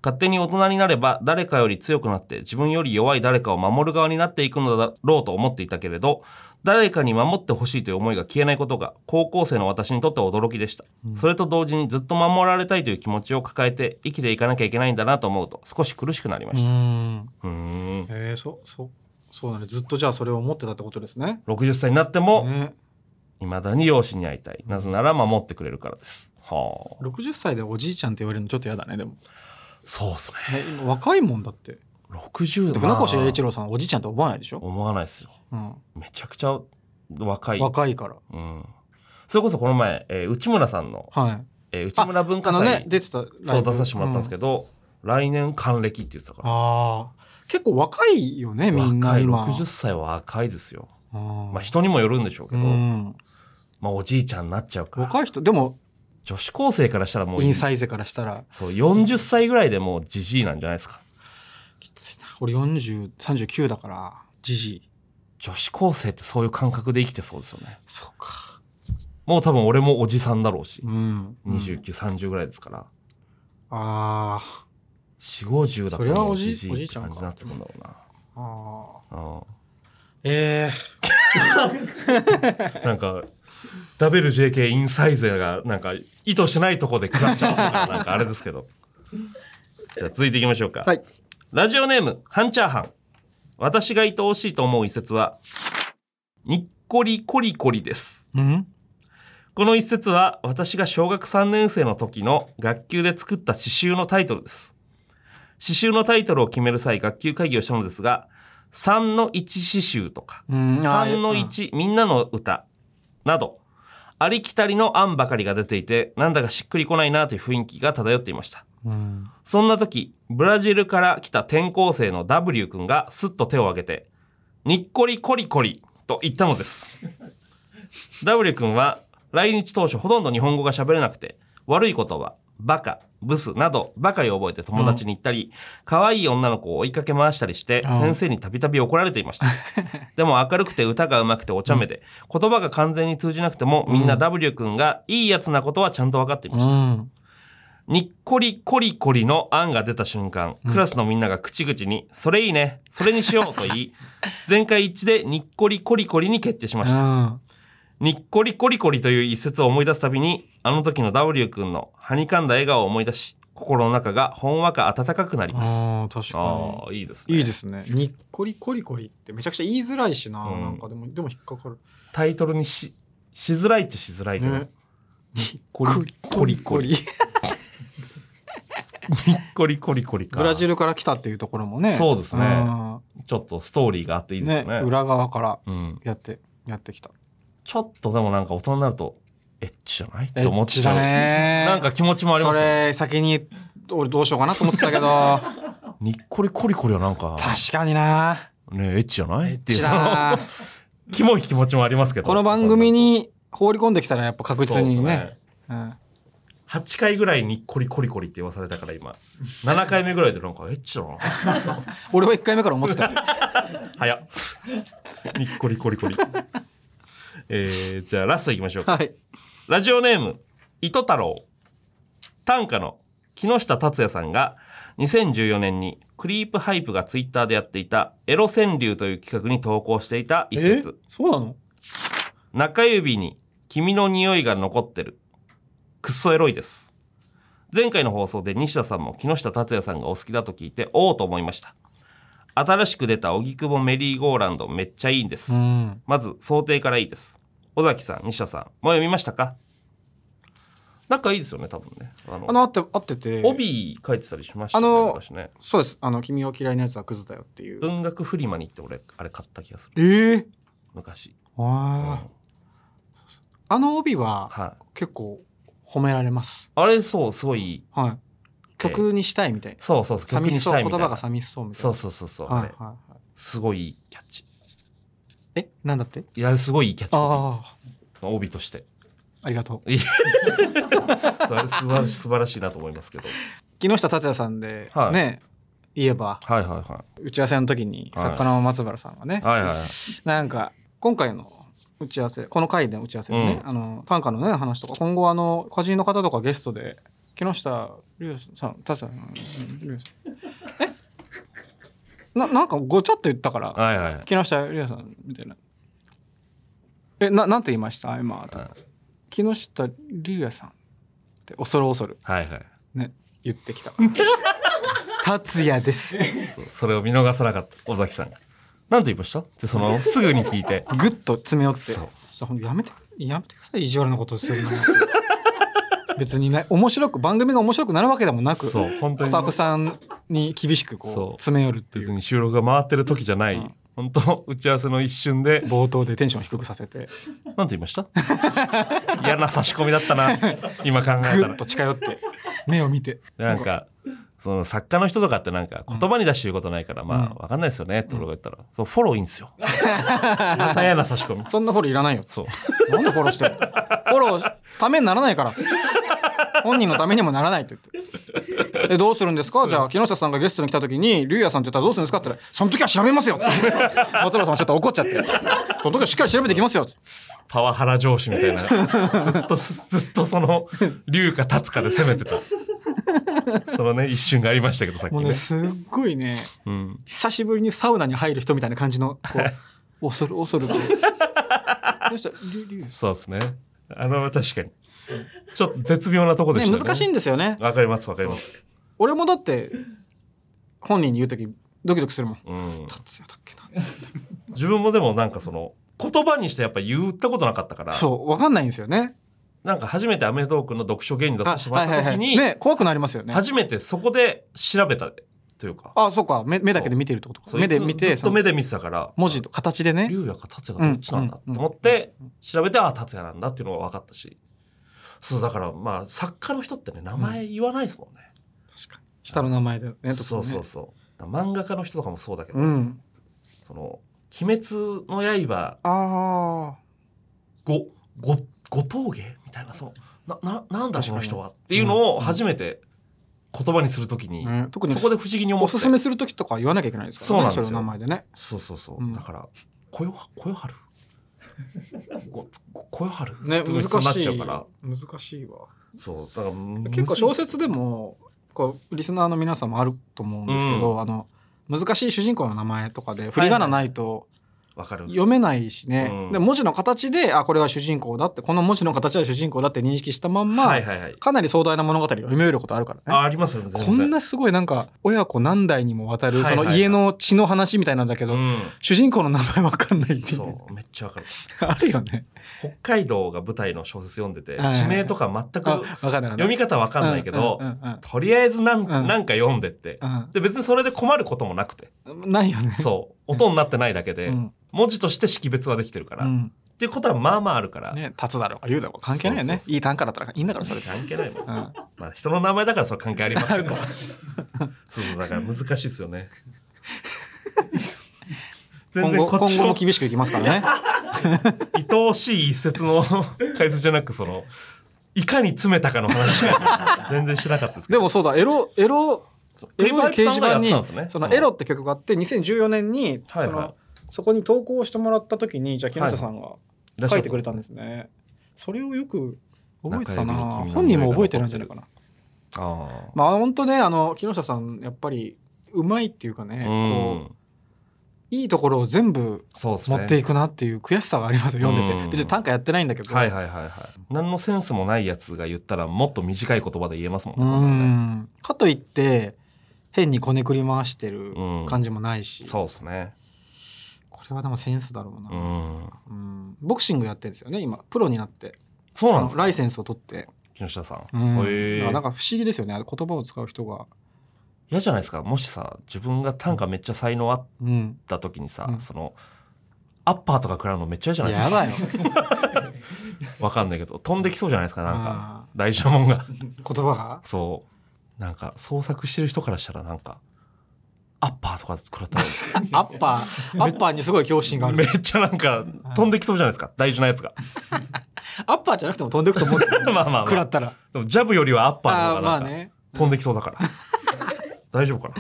S2: 勝手に大人になれば誰かより強くなって自分より弱い誰かを守る側になっていくのだろうと思っていたけれど誰かに守ってほしいという思いが消えないことが高校生の私にとっては驚きでした、それと同時にずっと守られたいという気持ちを抱えて生きていかなきゃいけないんだなと思うと少し苦しくなりました
S1: うん
S2: うーん
S1: えー、そそそうだねずっとじゃあそれを思ってたってことですね。
S2: 60歳になっても、
S1: ね
S2: 未だに両親に会いたい。なぜなら守ってくれるからです。はあ。
S1: 60歳でおじいちゃんって言われるのちょっと嫌だねでも、ね、
S2: そうっすね。
S1: 今若いもんだって
S2: 60
S1: で
S2: だ
S1: 船越英一郎さんおじいちゃんと思わないでしょ、
S2: 思わないですよ。
S1: うん、
S2: めちゃくちゃ若い。
S1: 若いから
S2: うん。それこそこの前、えー内村さんの、
S1: はい
S2: えー内村文化
S1: あの
S2: 祭
S1: ね出てたライブ
S2: そう出させてもらったんですけど、来年還暦って言ってたから。
S1: ああ結構若いよねみんな
S2: 若い、
S1: 今
S2: 60歳は若いですよ。
S1: うん
S2: まあ人にもよるんでしょうけ
S1: う
S2: ど、
S1: ん、
S2: まあおじいちゃんになっちゃうから。
S1: 若い人でも
S2: 女子高生からしたらもう
S1: インサイゼからしたら
S2: そう、40歳ぐらいでもうじじいなんじゃないですか。
S1: きついな俺4039だからじじい
S2: 女子高生ってそういう感覚で生きてそうですよね。
S1: そうか
S2: もう多分俺もおじさんだろうし
S1: う、ん
S2: 29、30ぐらいですから、
S1: あー
S2: 4、50だと
S1: それは
S2: も
S1: お
S2: う
S1: じ
S2: じじ
S1: お
S2: い
S1: じい
S2: って
S1: ちゃんか
S2: 感じになってくるんだろうな。
S1: あー
S2: あ
S1: え
S2: あなんか、WJK インサイゼがなんか意図してないとこで食らっちゃったからなんかあれですけど。じゃあ続いていきましょうか。
S3: はい。
S2: ラジオネーム、ハンチャーハン。私が愛おしいと思う一節は、にっこりこりこりです。
S1: ー、うん
S2: この一節は私が小学3年生の時の学級で作った詩集のタイトルです。詩集のタイトルを決める際学級会議をしたのですが、3の1詩集とか、
S1: うんあー
S2: 3の1みんなの歌など、ありきたりの案ばかりが出ていて、なんだかしっくりこないなという雰囲気が漂っていました。
S1: うん
S2: そんな時、ブラジルから来た転校生の W 君がすっと手を挙げて、にっこりこりこりと言ったのです。W 君は来日当初ほとんど日本語が喋れなくて、悪いことはバカ、ブスなどばかり覚えて友達に言ったり、可愛い女の子を追いかけ回したりして、
S1: ん
S2: 先生にたびたび怒られていました。でも明るくて歌が上手くてお茶目で、言葉が完全に通じなくても、みんな W 君がいいやつなことはちゃんと分かっていました。
S1: うん
S2: にっこりこりこりの案が出た瞬間、クラスのみんなが口々に、それいいね、それにしようと
S1: <laughs>
S2: 言い、全会一致でにっこりこりこりに決定しました。にっこりこりこりという一節を思い出すたびに、あの時の W 君のはにかんだ笑顔を思い出し、心の中がほんわか温かくなります。
S1: あー確か
S2: ああ、いいです
S1: に
S2: ね。
S1: いいですねにっこりこりこりってめちゃくちゃ言いづらいしな、
S2: うん
S1: なんかでもでも引っかかる
S2: タイトルにし、しづらいっちゃしづらいけど、
S1: ね
S2: こりこりこり、にっこりこりこり
S1: <laughs>
S2: か。
S1: ブラジルから来たっていうところもね
S2: そうですね
S1: ん
S2: ちょっとストーリーがあっていいですよ
S1: ね
S2: ね。
S1: 裏側から
S2: うん。
S1: やってやってきた
S2: ちょっとでもなんか大人になると、エッチじゃないって思っち
S1: エッチだ
S2: ゃう。
S1: ね
S2: <laughs> なんか気持ちもあります
S1: そ
S2: ね。
S1: れ先に俺どうしようかなと思ってたけ
S2: <laughs>
S1: ど
S2: にっこりこりこりはなんか、
S1: 確かにな
S2: ねエッチじゃないっていう、
S1: 知
S2: そ
S1: ら
S2: の、
S1: な
S2: <laughs> キモい気持ちもありますけど。
S1: この番組に放り込んできたらやっぱ確実にね
S2: そうですね
S1: うん
S2: 8回ぐらいにっこりこりこりって言わされたから今。7回 <laughs> 目ぐらいでなんか、エッチだな。
S1: 俺は1回目から思っ
S2: <laughs>
S1: てた
S2: 早っ。 <laughs> にっこりこりこり。 <laughs> えー、じゃあラストいきましょうか。
S1: はい
S2: ラジオネーム、糸太郎。短歌の木下達也さんが2014年にクリープハイプがツイッターでやっていたエロ川柳という企画に投稿していた一
S1: え
S2: 節。
S1: そうなの
S2: 中指に君の匂いが残ってる。くっそエロいです。前回の放送で西田さんも木下達也さんがお好きだと聞いて、おおと思いました。新しく出た荻窪メリーゴーランドめっちゃいいんです。
S1: うん
S2: まず想定からいいです。尾崎さん、西田さん、もう読みましたか仲いいですよね、多分ね。あの、
S1: あの合って合ってて
S2: 帯書いてたりしましたね。
S1: あの
S2: 昔ね
S1: そうですあの君を嫌いなやつはクズだよっていう
S2: 文学フリマに行って俺、あれ買った気がする。
S1: ええ
S2: 昔。
S1: あーあの帯は
S2: はい。
S1: 結構褒められます
S2: あれ、そう、すごい、
S1: はい曲にしたいみたいな
S2: そうそうそう、曲
S1: 寂
S2: に
S1: し
S2: し
S1: そう
S2: たい
S1: 言
S2: みたい
S1: 葉
S2: な
S1: が。寂しそうみたいな
S2: そうそうそうそう、
S1: はい
S2: あれ
S1: はいはい
S2: すごいいいキャッチ。
S1: えなんだって
S2: いや、すごいいいキャッチコ
S1: あ
S2: ピー。帯として。
S1: あありがとう
S2: そうあれ素晴らしい、素晴らしいなと思いますけど。
S1: 木下達也さんで、
S2: はい
S1: ね言えば
S2: はいはいは
S1: 打ち合わせの時に
S2: はい
S1: 作家の松原さんがね、
S2: い。はいはいはい。
S1: なんか今回の打ち合わせこの回での打ち合わせでね、
S2: う
S1: あの短歌のね話とか今後あの歌人の方とかゲストで木下龍さん達也さん龍さんえななんかごちゃっと言ったから、
S2: はいはいはい。
S1: 木下龍さんみたいな。え、な、なんて言いました今、と木下龍也さんって恐る恐る
S2: はいはい。
S1: ね、言ってきたから。達也です。
S2: そうそれを見逃さなかった、尾崎さんが。なんて言いましたってそのすぐに聞いて
S1: ぐっと詰め寄って
S2: そう
S1: そうほんとやめてやめてください意地悪なことするの <laughs> 別にね面白く番組が面白くなるわけでもなく
S2: そう本当に
S1: スタッフさんに厳しく
S2: そう
S1: こう詰め寄るってい
S2: <laughs> 別
S1: う
S2: に収録が回ってる時じゃない、
S1: うん
S2: 本当打ち合わせの一瞬で
S1: 冒頭でテンション低くさせて
S2: なんて言いま <laughs> した嫌な差し込みだったな今考え
S1: ぐ
S2: た
S1: っ
S2: ら
S1: と近寄って目を見て
S2: でなんかその作家の人とかってなんか言葉に出してることないから、まあ
S1: うん
S2: わかんないですよねって俺が言ったら、そうフォローいいんですよまた嫌な差し込み
S1: そんなフォローいらないよ
S2: そう
S1: <laughs> なんでフォローしてるのフォローためにならないから本人のためにもならないって言ってえどうするんですかじゃあ木下さんがゲストに来た時に「竜也さんって言ったらどうするんですか?」って言ったら「その時は調べますよ」っつって松村さんはちょっと怒っちゃって「その時はしっかり調べてきますよ」っつって
S2: パワハラ上司みたいなずっとずっとその龍か立つかで攻めてたそのね一瞬がありましたけどさっき
S1: もう
S2: ね
S1: ねすっごいね
S2: うん、
S1: 久しぶりにサウナに入る人みたいな感じのこ <laughs> う恐る恐るこうどうした竜竜
S2: そうですねあの確かにちょっと絶妙なとこでし
S1: ね
S2: たね
S1: 難しいんですよね
S2: わかりますわかります
S1: 俺もだって本人に言う時ドキドキするもん「
S2: うん
S1: 達也だっけな」
S2: 自分もでもなんかその言葉にしてやっぱ言ったことなかったから
S1: そう分かんないんですよね
S2: なんか初めて『アメトーーク』の読書芸人出させてもらった時に、
S1: ね怖くなりますよね
S2: 初めてそこで調べたというか
S1: あそうか目目だけで見てるってことか
S2: そう
S1: 目で見
S2: ず
S1: て
S2: っと目で見てたから
S1: その文字と形でね
S2: 龍也か達也がどっちなんだって思って調べてああ達也なんだっていうのが分かったしそうだからまあ作家の人ってね名前言わないですもんね、
S1: 下の名前でねとかね
S2: そうそうそう漫画家の人とかもそうだけど、
S1: うん
S2: その「鬼滅の刃
S1: あ
S2: ごごご峠」みたいなそのなななんだこの人はっていうのを初めて言葉にするときに、
S1: あ、ね特に
S2: そこで不思議に思
S1: お
S2: って
S1: すすめする時とか言わなきゃいけないですからね
S2: そうなんですよ
S1: れの名前でね
S2: そうそうそう、
S1: うん
S2: だから「こよはこよはる」 <laughs> ごごこよはる
S1: ね
S2: って普
S1: 難
S2: 通になっ
S1: し
S2: ちゃう
S1: い
S2: から
S1: 難しいわ
S2: そうだから
S1: 結構小説
S2: で
S1: でもこうリスナーの皆さんもあると思うんですけど、あの難しい主人公の名前とかで振り仮名ないと
S2: わかる
S1: 読めないしね、
S2: うん
S1: で文字の形であこれは主人公だってこの文字の形は主人公だって認識したまんま、
S2: はいはいはい
S1: かなり壮大な物語を読み終えることあるからね
S2: あありますよね全然
S1: こんなすごいなんか親子何代にもわたる
S2: は
S1: そ
S2: いはい
S1: の
S2: はい
S1: 家の血の話みたいなんだけど、
S2: うん
S1: 主人公の名前わかんないっていう
S2: そうめっちゃわかる
S1: <laughs> あるよね
S2: 北海道が舞台の小説読んでて
S1: はいはい
S2: 地名とか全く
S1: あわかんない
S2: 読み方わかんないけど
S1: うんうんうん
S2: とりあえずなん
S1: ん
S2: なんか読んでって
S1: うん
S2: で別にそれで困ることもなくて
S1: うんないよね
S2: そう音になってないだけで
S1: うん
S2: 文字として識別はできてるから
S1: う
S2: っ
S1: ん
S2: ていうことはまあまああるから
S1: ね立つだろうか言うだろうか関係ないよね
S2: そうそうそう
S1: いい単価だったらいいんだからそれで、
S2: 関係ないもん
S1: うん、あ
S2: まあ人の名前だからそれ関係ありますけ
S1: <laughs>
S2: どそうそうだから難しいですよね全
S1: 今
S2: 然
S1: 後
S2: こっち
S1: 今後
S2: の
S1: も厳しくいきます
S2: <laughs>
S1: からね
S2: 愛おしい一節の <laughs> 解説じゃなくそのいかに詰めたか
S1: <laughs>
S2: の話が全然しなかったですけ
S1: で
S2: ど
S1: もそうだエロエロエ
S2: クリ
S1: ロい
S2: パ
S1: 掲
S2: イプさ
S1: 示
S2: んが
S1: 板
S2: やって
S1: に
S2: たんですね
S1: そのエロって曲があって2014年にそ
S2: はいはい
S1: のそこに投稿してもらった時にじゃあ木下さんが、書いてくれたんですすね。それをよく覚えてたな。
S2: 中指に君の匂いが
S1: 本人も覚えてるんじゃないかな。
S2: ああ
S1: まあ本当ね、あの木下さんやっぱりうまいっていうかね、
S2: う
S1: こ
S2: ん
S1: ういいところを全部
S2: そうです
S1: 持
S2: ね
S1: っていくなっていう悔しさがありますよ。読んで
S2: うん
S1: て、別に短歌やってないんだけど。
S2: はいはいはいはい何のセンスもないやつが言ったらもっと短い言葉で言えますもん
S1: う
S2: ね
S1: ん。かといって変にこねくり回してる
S2: うん
S1: 感じもないし、
S2: そうですね
S1: これはでもセンスだろう
S2: う
S1: な。
S2: ん
S1: うんボクシングやってるんですよね。今プロになって、
S2: そう
S1: あ
S2: なんで
S1: の
S2: す
S1: ラ
S2: か
S1: イセンスを取って、
S2: 木下さん
S1: うん
S2: へ
S1: だから
S2: え
S1: なんか不思議ですよね。あれ言葉を使う人が、
S2: 嫌じゃないですかもしさ自分が短歌めっちゃ才能あっ
S1: うん、
S2: た時にさ
S1: うん
S2: そのアッパーとか食らうのめっちゃ嫌じゃないです
S1: や
S2: か
S1: だよ。
S2: <laughs> わかんないけど飛んできそうじゃないですかなんか
S1: あ
S2: 大事なもんが
S1: ー言葉が
S2: そうなんか創作してる人からしたらなんかアッパーとか作られた
S1: アッパー、アッパーにすごい恐怖心があ
S2: らめ
S1: る。
S2: っちゃなんか飛んできそうじゃないですか大事なやつが
S1: アッパーじゃなくても飛んでいくと思うけど。
S2: <laughs> まあまあまあ
S1: 食らったら。
S2: でもジャブよりはアッパー
S1: あ
S2: の
S1: あ
S2: 方が
S1: ま
S2: な
S1: あ
S2: んか
S1: ね。
S2: 飛んできそうだから
S1: <laughs>
S2: 大丈夫か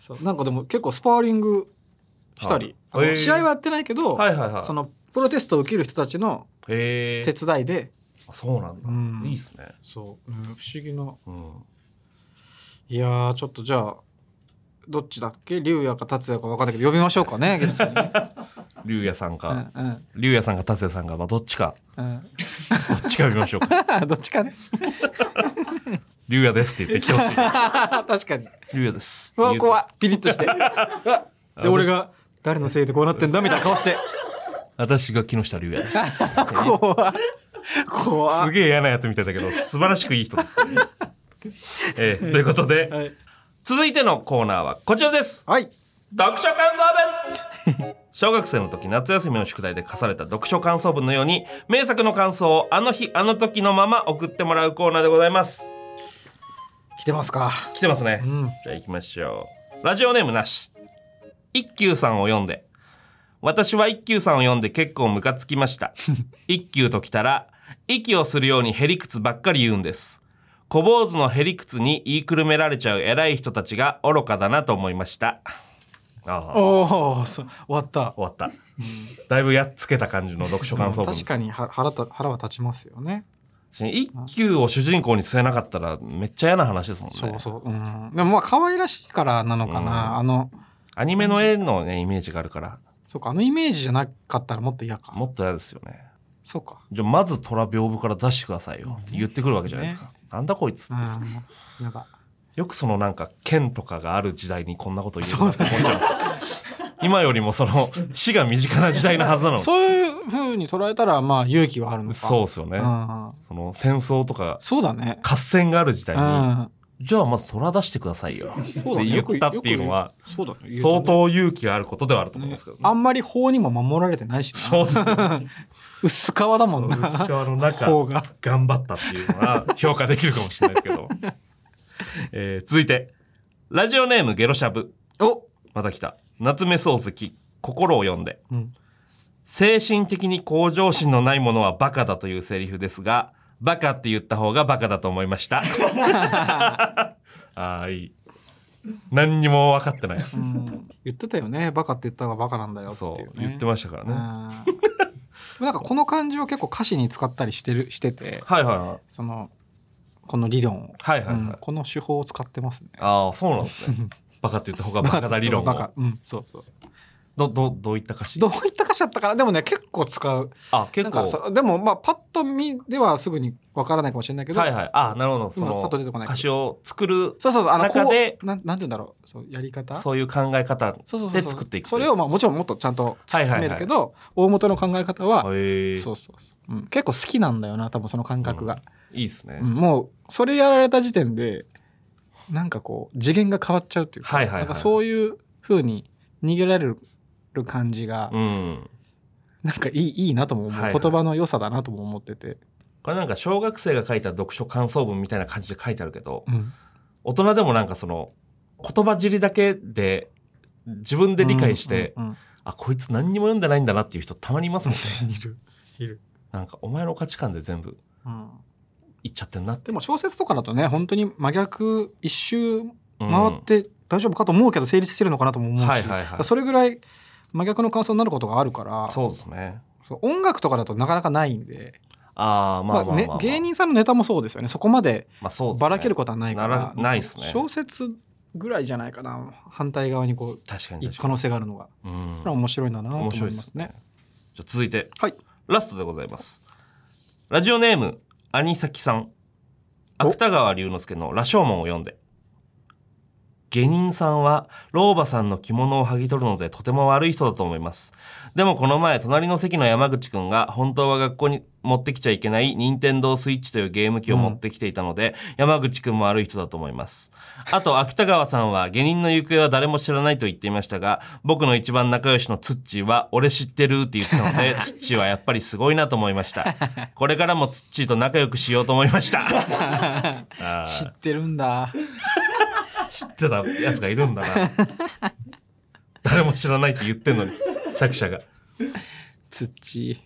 S1: そうなんかでも結構スパーリングしたり、
S2: は
S1: あ
S2: いへ
S1: の
S2: ー
S1: 試合はやってないけど、
S2: なはいはいはい
S1: そのプロテストを受ける人たちの
S2: へ
S1: 手
S2: え
S1: 伝いで、
S2: そうなんだ
S1: うん
S2: いいっすね
S1: そう、うん不思議な。
S2: うん
S1: いやーちょっとじゃあどっちだっけ、龍也か達也か分かんないけど呼びましょうかねゲストにね。
S2: 龍也さん
S1: う
S2: か
S1: んうん
S2: 龍也さんか達也さんかまあどっちか
S1: うん。
S2: どっちか呼びま
S1: <laughs>
S2: しょうか
S1: どっちかね。
S2: 龍也ですって言ってきて
S1: <laughs>
S2: ほしい
S1: 確かに。
S2: 龍也です
S1: <laughs> うわ怖いピリッとして。うわで俺が誰のせいでこうなってんだみたいな顔して。
S2: 私が木下龍也です。す
S1: <laughs> 怖っ <laughs> 怖っ
S2: げえ嫌なやつみたいだけど、素晴らしくいい人です、ね。えーということで、
S1: はい。
S2: 続いてのコーナーはこちらです。
S1: はい。
S2: 読書感想文 <laughs> 小学生の時夏休みの宿題で課された読書感想文のように名作の感想をあの日あの時のまま送ってもらうコーナーでございます
S1: 来てますか。
S2: 来てますね、
S1: うん。
S2: じゃあ行きましょうラジオネームなし一休さんを読んで私は一休さんを読んで結構ムカつきました <laughs> 一休ときたら息をするようにへりくつばっかり言うんです小坊主のへりくつに言いくるめられちゃう偉い人たちが愚かだなと思いましたああ
S1: おお、そう終わった。
S2: 終わった。だいぶやっつけた感じの読書感想文で
S1: 確
S2: す。
S1: かには腹た腹は立ちますよね。
S2: 一級を主人公に据えなかったらめっちゃ嫌な話ですもんね。
S1: そうそう。うん。でもまあ可愛らしいからなのかな。あの
S2: アニメの絵のね、イメージがあるから、
S1: そうかあのイメージじゃなかったらもっと嫌か。
S2: もっと嫌ですよね。
S1: そうか。
S2: じゃあまず虎屏風から出してくださいよって言ってくるわけじゃないですか。なんだこいつって
S1: うん。なんか
S2: よくそのなんか剣とかがある時代にこんなこと言うなって思っちゃうんですけど今よりもその死が身近な時代なはずなの。
S1: そういう風に捉えたらまあ勇気はあるのか。
S2: そうですよね。
S1: うん。
S2: その戦争とか
S1: そうだね。
S2: 合戦がある時
S1: う
S2: 代に、
S1: ん。
S2: じゃあまず虎出してくださいよって
S1: そうだね。
S2: 言ったっていうのは、
S1: よくよくそうだね。
S2: 相当勇気があることではあると思うんですけど、
S1: あんまり法にも守られてないしな。
S2: そう
S1: <laughs>
S2: ですね。
S1: 薄皮だもんな。
S2: 薄皮の中、
S1: 方が
S2: 頑張ったっていうのは評価できるかもしれない
S1: <laughs>
S2: ですけど。えー続いて、ラジオネームゲロシャブ。
S1: お、
S2: また来た。夏目漱石、心を読んで。
S1: うん、
S2: 精神的に向上心のないものはバカだというセリフですが、バカって言った方がバカだと思い
S1: <laughs>
S2: ました。ああ、いい。何にも分かってない。
S1: うん言ってたよね。バカって言った方がバカなんだよってい
S2: そう
S1: ね。
S2: う、言ってましたからね。は
S1: うんでもなんかこの感じを結構歌詞に使ったりしてるしてて、
S2: いはいはい。
S1: そのこの理論を、
S2: はいはいはい。
S1: うんこの手法を使ってますね。
S2: ああ、そうなんで
S1: <laughs>
S2: すね。バカって言った方がバカだ理論
S1: バカ
S2: を。、
S1: うん、そうそう。
S2: ど、ど、どういった歌詞
S1: どういった歌詞だったかな。でもね、結構使う。
S2: あ、結
S1: なん
S2: 構
S1: か。さでもまあパッと見ではすぐにわからないかもしれないけど、
S2: はいはい。あ、なるほど。そ
S1: 今パッと出
S2: の
S1: てこないけど
S2: 歌詞を作る、
S1: そうそうそうあの
S2: 中
S1: こう
S2: で
S1: なんなんて言うんだろう、そうやり方。
S2: そういう考え方
S1: そうそうそう
S2: で
S1: そう
S2: 作っていく
S1: そ
S2: とい
S1: れ
S2: う。
S1: をまあもちろんもっとちゃんと突き詰めるけど、大元の考え方は、
S2: へえ
S1: そうそうそう、うん結構好きなんだよな多分その感覚が、
S2: いいですね
S1: うん。もうそれやられた時点でなんかこう次元が変わっちゃうっていうか,、
S2: はいはいはい
S1: なんかそういう風に逃げられる感じが、
S2: うん。
S1: なんかいいいいなとも思う、
S2: はいはい
S1: 言葉の良さだなとも思ってて、
S2: これなんか小学生が書いた読書感想文みたいな感じで書いてあるけど、
S1: うん
S2: 大人でもなんかその、言葉尻だけで、自分で理解して、
S1: うんうん
S2: あ、こいつ何にも読んでないんだなっていう人たまにいますもんね。
S1: うんいるいる、
S2: なんか、お前の価値観で全部
S1: うん
S2: いっちゃってんなって
S1: で。も小説とかだとね本当に真逆一周
S2: うん
S1: 回って大丈夫かと思うけど成立してるのかなとも思うし、
S2: はいはいはい
S1: それぐらい真逆の感想になることがあるから
S2: そうですね。
S1: そう音楽とかだとなかなかないんで、
S2: ああ、まあまあまあ、ま
S1: ね、
S2: あ
S1: 芸人さんのネタもそうですよねそこまで
S2: まあそうですね
S1: ばらけることはないから
S2: ならないっすね
S1: 小説ぐらいじゃないかな反対側にこ
S2: 確か
S1: う
S2: に
S1: 行く
S2: 確
S1: 可
S2: か
S1: 能性があるのがこ
S2: に。うん
S1: れは。面白いんだなと思
S2: 面
S1: い
S2: 白
S1: ま
S2: いですすね
S1: ね。。
S2: じゃあ続いて、
S1: はい
S2: ラストでございます。ラジオネーム、アニサキさん。
S1: お
S2: 芥川龍之介の羅生門を読んで。下人さんは老婆さんの着物を剥ぎ取るのでとても悪い人だと思います。でもこの前隣の席の山口くんが本当は学校に持ってきちゃいけない任天堂スイッチというゲーム機を持ってきていたので、山口くんも悪い人だと思います。あと芥川さんは下人の行方は誰も知らないと言っていましたが、僕の一番仲良しのツッチーは俺知ってるって言ってたので、ツッチーはやっぱりすごいなと思いました。これからもツッチーと仲良くしようと思いました。あー
S1: 知ってるんだ
S2: 知ってたやつがいる
S1: <laughs>
S2: んだな誰も知らないって言ってんのに作者が
S1: 土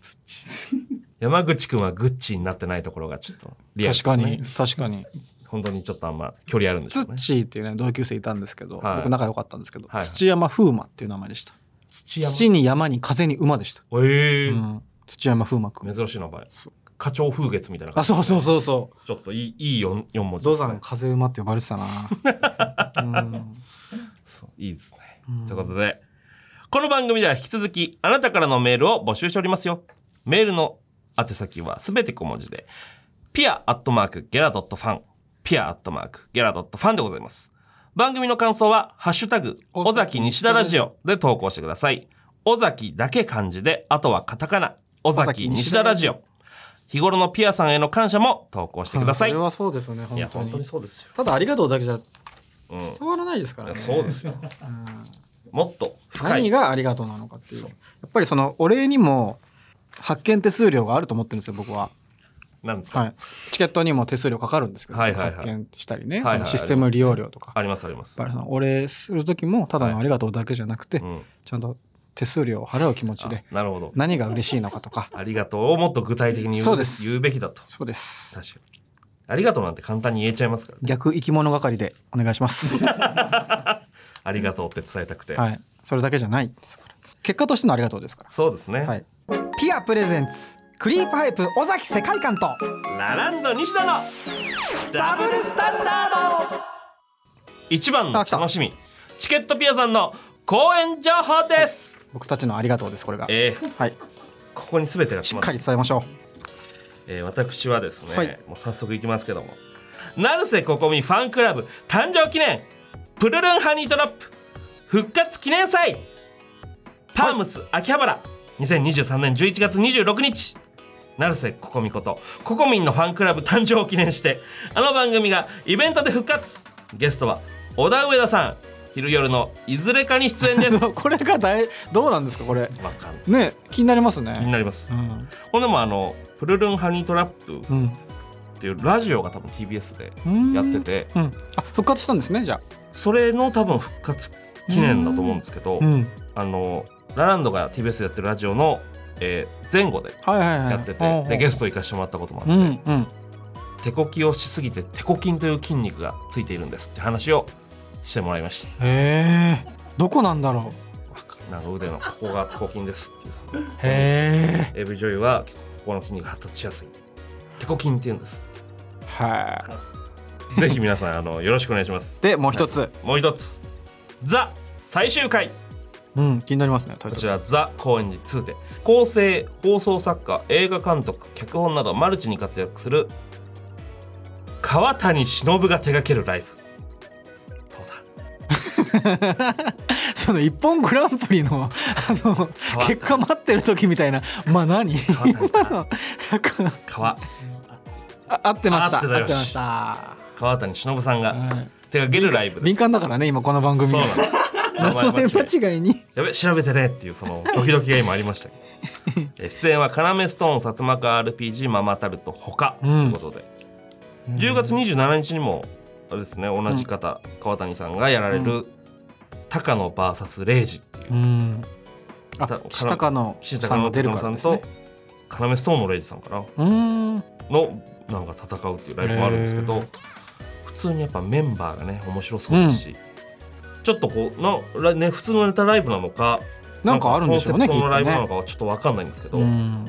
S2: 山口くんはグッチになってないところがちょっとリアル
S1: 確
S2: です、
S1: か
S2: ね、
S1: に確かに
S2: 本当にちょっとあんま距離あるんですよね
S1: 土っていうね同級生いたんですけど、
S2: はい
S1: 僕仲良かったんですけど、
S2: はいはい
S1: 土山風馬っていう名前でした
S2: 土
S1: 土に山に風に馬でした、
S2: ええ
S1: う
S2: ー
S1: ん、土山風馬くん
S2: 珍しい名前花鳥風月みたいな
S1: あ
S2: 感じ
S1: そうそうそうそう
S2: ちょっといいいい 4, 四文字
S1: 土
S2: ですね
S1: 山風馬って呼ばれてたな、
S2: <laughs>
S1: うん
S2: そういいですね、ということでこの番組では引き続きあなたからのメールを募集しておりますよメールの宛先はすべて小文字でピアアットマークゲラドットファンピアアットマークゲラドットファンでございます番組の感想は、ハッシュタグ、
S1: 尾
S2: 尾
S1: 崎
S2: 崎
S1: 西
S2: 西
S1: 田
S2: 田
S1: ラ
S2: ラ
S1: ジ
S2: ジ
S1: オ
S2: オで投稿してください。尾崎だけ漢字で、あとはカタカナ。尾
S1: 崎
S2: 崎
S1: 西
S2: 西
S1: 田
S2: 田
S1: ラ
S2: ラ
S1: ジ
S2: ジオ。日頃のピアさんへの感謝も投稿してください。
S1: それはそうですよね
S2: いや、
S1: 本当
S2: 本
S1: に
S2: 当にそうですよ。
S1: ただありがとうだけじゃ
S2: うん。い
S1: 伝わらないですからね
S2: や、そうですよ。もっと深
S1: 何
S2: い。
S1: がありがとうなのかっていう
S2: そう
S1: やっぱりそのお礼にも発券手数料があると思ってるんですよ僕は、
S2: なんですか、
S1: はい、チケットにも手数料かかるんですけど、
S2: はいはいはい
S1: 発券したりね、
S2: はいはい
S1: そのシステム利用料とか、
S2: ありますありま
S1: や
S2: す
S1: っぱ。りそのお礼する時もただのありがとうだけじゃなくて、
S2: うん。
S1: ちゃんと手数料を払う気持ちで
S2: なるほど。
S1: 何が嬉しいのかとか
S2: ありがとうをもっと具体的に言う
S1: そうです
S2: 言うべきだと。
S1: そうです
S2: 確かに。ありがとうなんて簡単に言えちゃいますからね。
S1: 逆生き物係でお願いします <laughs>
S2: ありがとうって伝えたくて。
S1: はいそれだけじゃないですから結果としてのありがとうですから
S2: そうですね。
S1: はいピアプレゼンツクリープハイプ尾崎世界観と
S2: ラランド西田の
S1: ダブルスタンダード
S2: 一番の
S1: あ来た
S2: 楽しみチケットピアさんの公演情報です、
S1: 僕たちのありがとうですこれが
S2: えー、
S1: はい
S2: ここに全てが
S1: しっ
S2: 詰まって
S1: か
S2: る
S1: り伝えましょ
S2: えー私はですね、
S1: はい
S2: もう早速いきますけども成瀬ここみファンクラブ誕生記念プルルンハニートラップ復活記念祭パームス秋葉原2023年11月26日成瀬ここみことここみんのファンクラブ誕生を記念してあの番組がイベントで復活ゲストは小田上田さん昼夜のいずれかに
S1: <laughs>
S2: 出演です
S1: うこれがだいどうなんですかこれ
S2: わかんない
S1: ね気になります
S2: 気に
S1: ね
S2: なります
S1: うん
S2: ほんでもあのプルルンハニートラップっ
S1: うん
S2: ていうラジオが多分 TBS で
S1: うん
S2: やってて
S1: うんあ復活したんですねじゃあ
S2: それの多分復活記念だと思うんですけど、
S1: うん
S2: あのラランドが TBS でやってるラジオの、えー前後で
S1: はいはいはい
S2: やってて、
S1: おうおう
S2: でゲスト行かしてもらったこともあって、
S1: うんうん
S2: 手こきをしすぎて手こ筋という筋肉がついているんですって話をしてもらいました
S1: へえどこなんだろう
S2: わかなんか腕のここが手こ筋ですっていうその
S1: へえ
S2: AV 女優は結構ここの筋肉が発達しやすい手こ筋って言うんです
S1: はい
S2: ぜひ皆さんあのよろしくお願いします
S1: でもう一つ、
S2: もう一つザ最終回
S1: うん気になりますねタイ
S2: こ
S1: ト
S2: ち
S1: ル
S2: ら「ザ・高円寺2」で構成放送作家映画監督脚本などマルチに活躍する川谷忍が手掛けるライブどうだ
S1: その一本グランプリのあの
S2: た
S1: 結果待ってる時みたいなまあ何
S2: 変わった
S1: 今のなんか
S2: 川
S1: あ合ってました
S2: 合ってたよ
S1: ましたは
S2: 川谷忍さんが
S1: い
S2: 手掛けるライブで
S1: 敏
S2: す
S1: 感だからね今この番組
S2: そうなんです名前間違え
S1: 間違いに
S2: やべ調べてねっていうそのドキドキが今ありましたけどえ出演は「要ストーン薩摩川 RPG ママタルト」ほかと
S1: う
S2: い
S1: ん
S2: うことで、10月27日にもあれですね同じ方、川谷さんがやられる、高野 VS レイジっていう、
S1: うんあ
S2: た
S1: 岸高野
S2: 新
S1: さ
S2: 高
S1: ん
S2: 野
S1: が出る
S2: 高野
S1: か
S2: さ
S1: ら
S2: ん
S1: です
S2: と
S1: ね
S2: 要ストーンのレイジさんかな
S1: うん
S2: のなんか戦うっていうライブもあるんですけ
S1: へ
S2: ど
S1: ー
S2: 普通にやっぱメンバーがね面白そうですし、ちょっとこうな、ね、普通のネタライブなのか
S1: なんかあるんでしょうねき
S2: コ
S1: っと
S2: ンセプトのライブな
S1: ね
S2: のかはちょっとわかんないんですけど、
S1: うん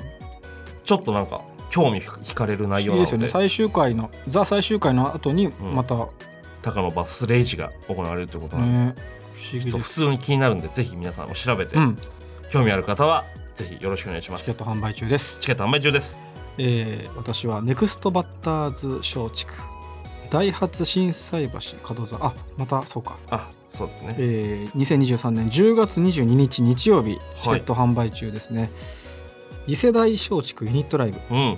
S2: ちょっとなんか興味惹かれる内
S1: い
S2: 容
S1: いで
S2: なの
S1: す
S2: で
S1: よね最終回のザ最終回の後に
S2: ん
S1: また、
S2: 高野バスレイジが行われるということなんで、
S1: ね不思議
S2: ちょっと
S1: で
S2: 普
S1: す
S2: 通に気になるんでぜひ皆さんも調べて、
S1: うん
S2: 興味ある方はぜひよろしくお願いしま
S1: チケ
S2: す
S1: ット販売中です、
S2: チケット販売中です
S1: えー、私はネクストバッターズ松竹大発震災橋門座あまたそうか、
S2: あそうですね
S1: えー、2023年10月22日日曜日チケット販売中ですね、次世代松竹ユニットライブ
S2: うん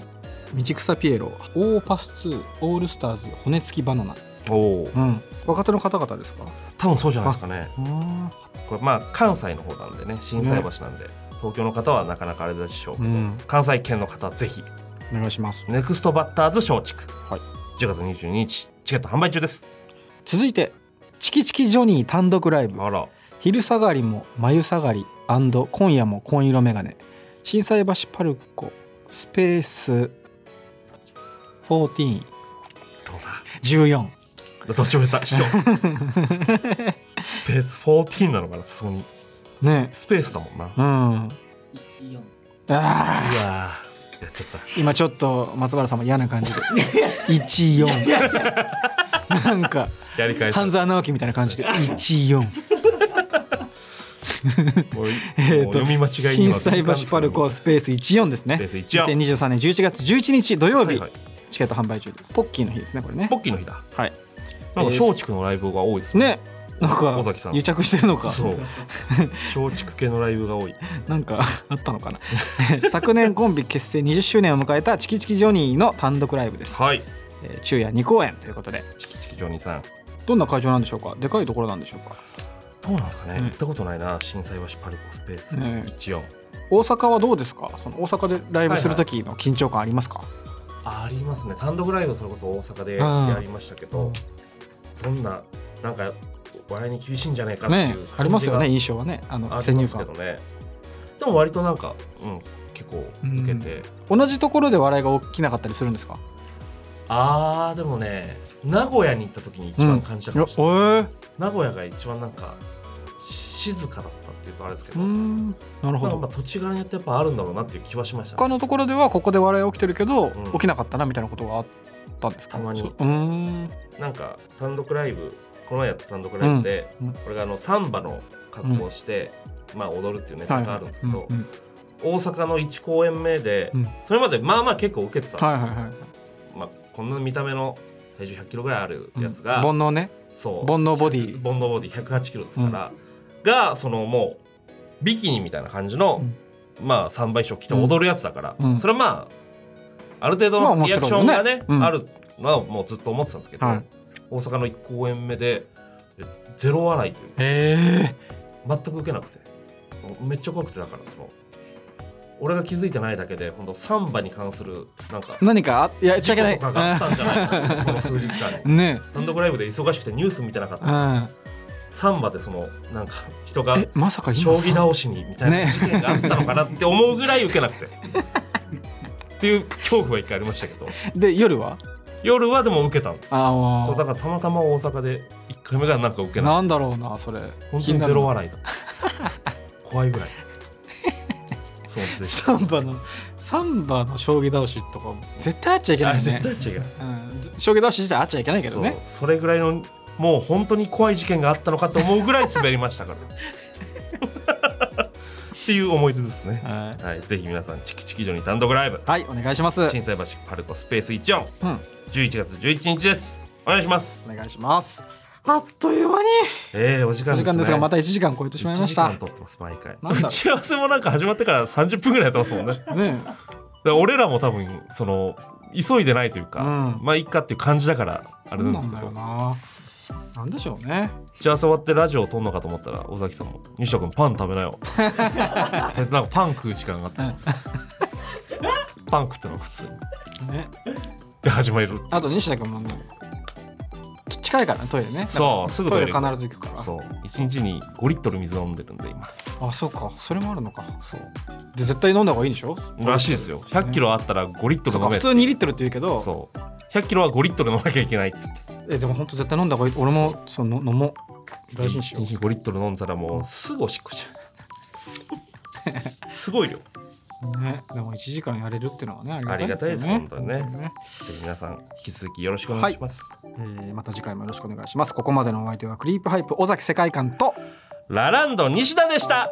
S1: 道草ピエロオーパス2オールスターズ骨付きバナナ、
S2: おお
S1: うん、若手の方々ですか
S2: 多分そうじゃないですかね
S1: うん
S2: これまあ関西の方なんでね心斎橋なんで、東京の方はなかなかあれでしょうけど、
S1: うん
S2: 関西圏の方はぜひ
S1: お願いします
S2: ネクストバッターズ松竹、
S1: はい
S2: 10月22日チケット販売中です
S1: 続いてチキチキジョニー単独ライブ
S2: あら
S1: 昼下がりも眉下がり今夜も紺色メガネ心斎橋パルコスペース1414
S2: どうだどっちも下手しようスペース14なのかなそこに
S1: ね
S2: スペースだもんな、
S1: うんああ
S2: いやーやっちゃった
S1: ー今ちょっと松原さんも嫌な感じで14なんか
S2: やり返す
S1: 半沢直樹みたいな感じで14
S2: もう
S1: えー
S2: も
S1: と
S2: う読み間違い
S1: 心
S2: には
S1: 斎橋パルコスペース14ですね
S2: スペース14
S1: 2023年11月11日土曜
S2: はい
S1: 日
S2: はい
S1: チケット販売中でポッキーの日ですねこれね
S2: ポッキーの日だ
S1: はい
S2: なんか松竹のライブが多いですね
S1: ねなんか
S2: 尾崎さん
S1: 癒着してるのか <laughs>
S2: そう松竹系のライブが多い
S1: なんかあったのかな <laughs> 昨年コンビ結成20周年を迎えたチキチキジョニーの単独ライブです、
S2: はい
S1: えー昼夜2公演ということで
S2: チキチキジョニーさん
S1: どんな会場なんでしょうかでかいところなんでしょうか
S2: どうなんですかね、
S1: うん
S2: 行ったことないな震災橋パルコスペース
S1: ね
S2: 14、
S1: 大阪はどうですかその大阪でライブする時の緊張感ありますか、
S2: ありますね単独ライブそれこそ大阪で
S1: うん
S2: やりましたけど、どんななんか笑いに厳しいんじゃないかっていう
S1: ね
S2: 感じが
S1: ありますよね印象はねあの
S2: あ
S1: 先
S2: りま
S1: 入
S2: すけ
S1: 観
S2: どねでも割となんか、うん、結構受けて、
S1: 同じところで笑いが起きなかったりするんですか
S2: あーでもね名古屋に行った時に一番感じたかもしれない、名古屋が一番なんか静かだったっていうとあれですけ
S1: う
S2: ど、
S1: んなるほ
S2: なん
S1: ど
S2: か土地柄によってやっぱあるんだろうなっていう気はしましたね、
S1: 他のところではここで笑い起きてるけど、
S2: ん
S1: 起きなかったなみたいなことがあったんですか
S2: たまに
S1: そううーん
S2: なんか単独ライブこの前やった単独ライブで、
S1: うんうん
S2: 俺があのサンバの格好をして、まあ踊るっていうネタがあるんですけど、
S1: はいうん
S2: 大阪の1公演目で、
S1: うん
S2: それまでまあまあ結構受けてたんですよ、
S1: はいはいはい
S2: まあ、こんな見た目の体重1 0 0ロぐらいあるやつが、
S1: 煩悩ね
S2: そう
S1: 煩悩ボディ
S2: ボンドボディ108キロですから、がそのもうビキニみたいな感じの、まあ3倍衣装着て踊るやつだから、
S1: うん
S2: それはまあある程
S1: まあ
S2: 度の
S1: 面
S2: リア
S1: 白い
S2: ク
S1: よね
S2: ションがね,、
S1: うん
S2: あるのはもうずっと思ってたんですけど、
S1: はい
S2: 大阪の1公演目でえゼロ笑いという
S1: え
S2: 全く受けなくてめっちゃ怖くてだからその俺が気づいてないだけで本当サンバに関するなんか
S1: 何かあいや言っちゃいけない
S2: 事故とかがあったんじゃないかなこの数日間に
S1: うんね
S2: 単独ライブで忙しくてニュース見てなかっ
S1: え、
S2: た
S1: うん、
S2: サンバでそのなんか人が
S1: えまさか今
S2: 将棋倒しにみたいな
S1: ね
S2: 事件があったのかなって思うぐらい受けなくてっていう恐怖は一回ありましたけど
S1: で夜は
S2: 夜はでも受けたんです
S1: あ
S2: そうだからたまたま大阪で1回目がなんか受け
S1: あ
S2: なくて
S1: なんだろうなそれ
S2: 本当にゼロ笑いだ怖いぐらいそう
S1: <laughs>
S2: でし
S1: サンバのサンバの将棋倒しとか絶対あっちゃいけ
S2: た
S1: な
S2: あ
S1: いよね
S2: 絶対違う
S1: うん、将棋倒し自体あっちゃいけないけどね
S2: そうそれぐらいのもう本当に怖い事件があったのかと思うぐらい滑りましたから <laughs> っていう思い出ですね、
S1: は
S2: はい、ぜひ皆さんチキチキジョニー単独ライブ
S1: い、はい、お願いしますう
S2: 震災橋パルコスペース1411
S1: ん
S2: 月11日ですお願いします
S1: お願いしますあっという間に
S2: えー、お時間
S1: お
S2: で
S1: 時
S2: すね
S1: 間ですがまた1時間超えてしまいまし
S2: 1時
S1: た
S2: 間撮ってます毎回
S1: なんだろう
S2: 打ち合わせもなんか始まってから30分ぐらいやってますもんねだか
S1: ね
S2: ら俺らも多分その急いでないというか、
S1: うん
S2: まあいっかっていう感じだからあ
S1: あ
S2: れ
S1: れ
S2: なん
S1: な
S2: で
S1: ん
S2: すけ
S1: だ
S2: ど
S1: よななんでしょうね
S2: 打ち合わせ終わってラジオを撮んのかと思ったら尾崎さんも「西田君パン食べな <laughs> よ」とりあえずなんかパン食う時間があってパン食ってのが普通
S1: ね
S2: で始まる
S1: あと西田君もねちょ近いからねトイレね
S2: そうすぐ
S1: ト
S2: ト
S1: イレ
S2: イレ
S1: 必
S2: 行く
S1: ず行くから
S2: そう一日に5リットル水飲んでるんで今
S1: あそうかそれもあるのか
S2: そう
S1: で絶対飲んだ方がいいんでしょ
S2: らしいですよ100キロあったら5リット
S1: そう
S2: ル飲
S1: か
S2: め
S1: 普
S2: る
S1: 通2リットルって言うけど
S2: そう100キロは5リットル飲まなきゃいけないっつって
S1: えでも本当絶対飲んだ方がいい俺もその飲もう大事にしよ
S2: 一日5リットル飲んだらもうすぐおしっこ
S1: <laughs>
S2: しちゃうすごい量
S1: う、ね、でも1時間やれるってのはねありがたいです
S2: あ
S1: よ
S2: り
S1: ね
S2: がたいです本当にね
S1: 当に
S2: ぜひ皆さん引き続きよろしくお願いします、
S1: えーまた次回もよろしくお願いしますここまでのお相手はクリープハイプ尾崎世界観と
S2: ラランド西田でした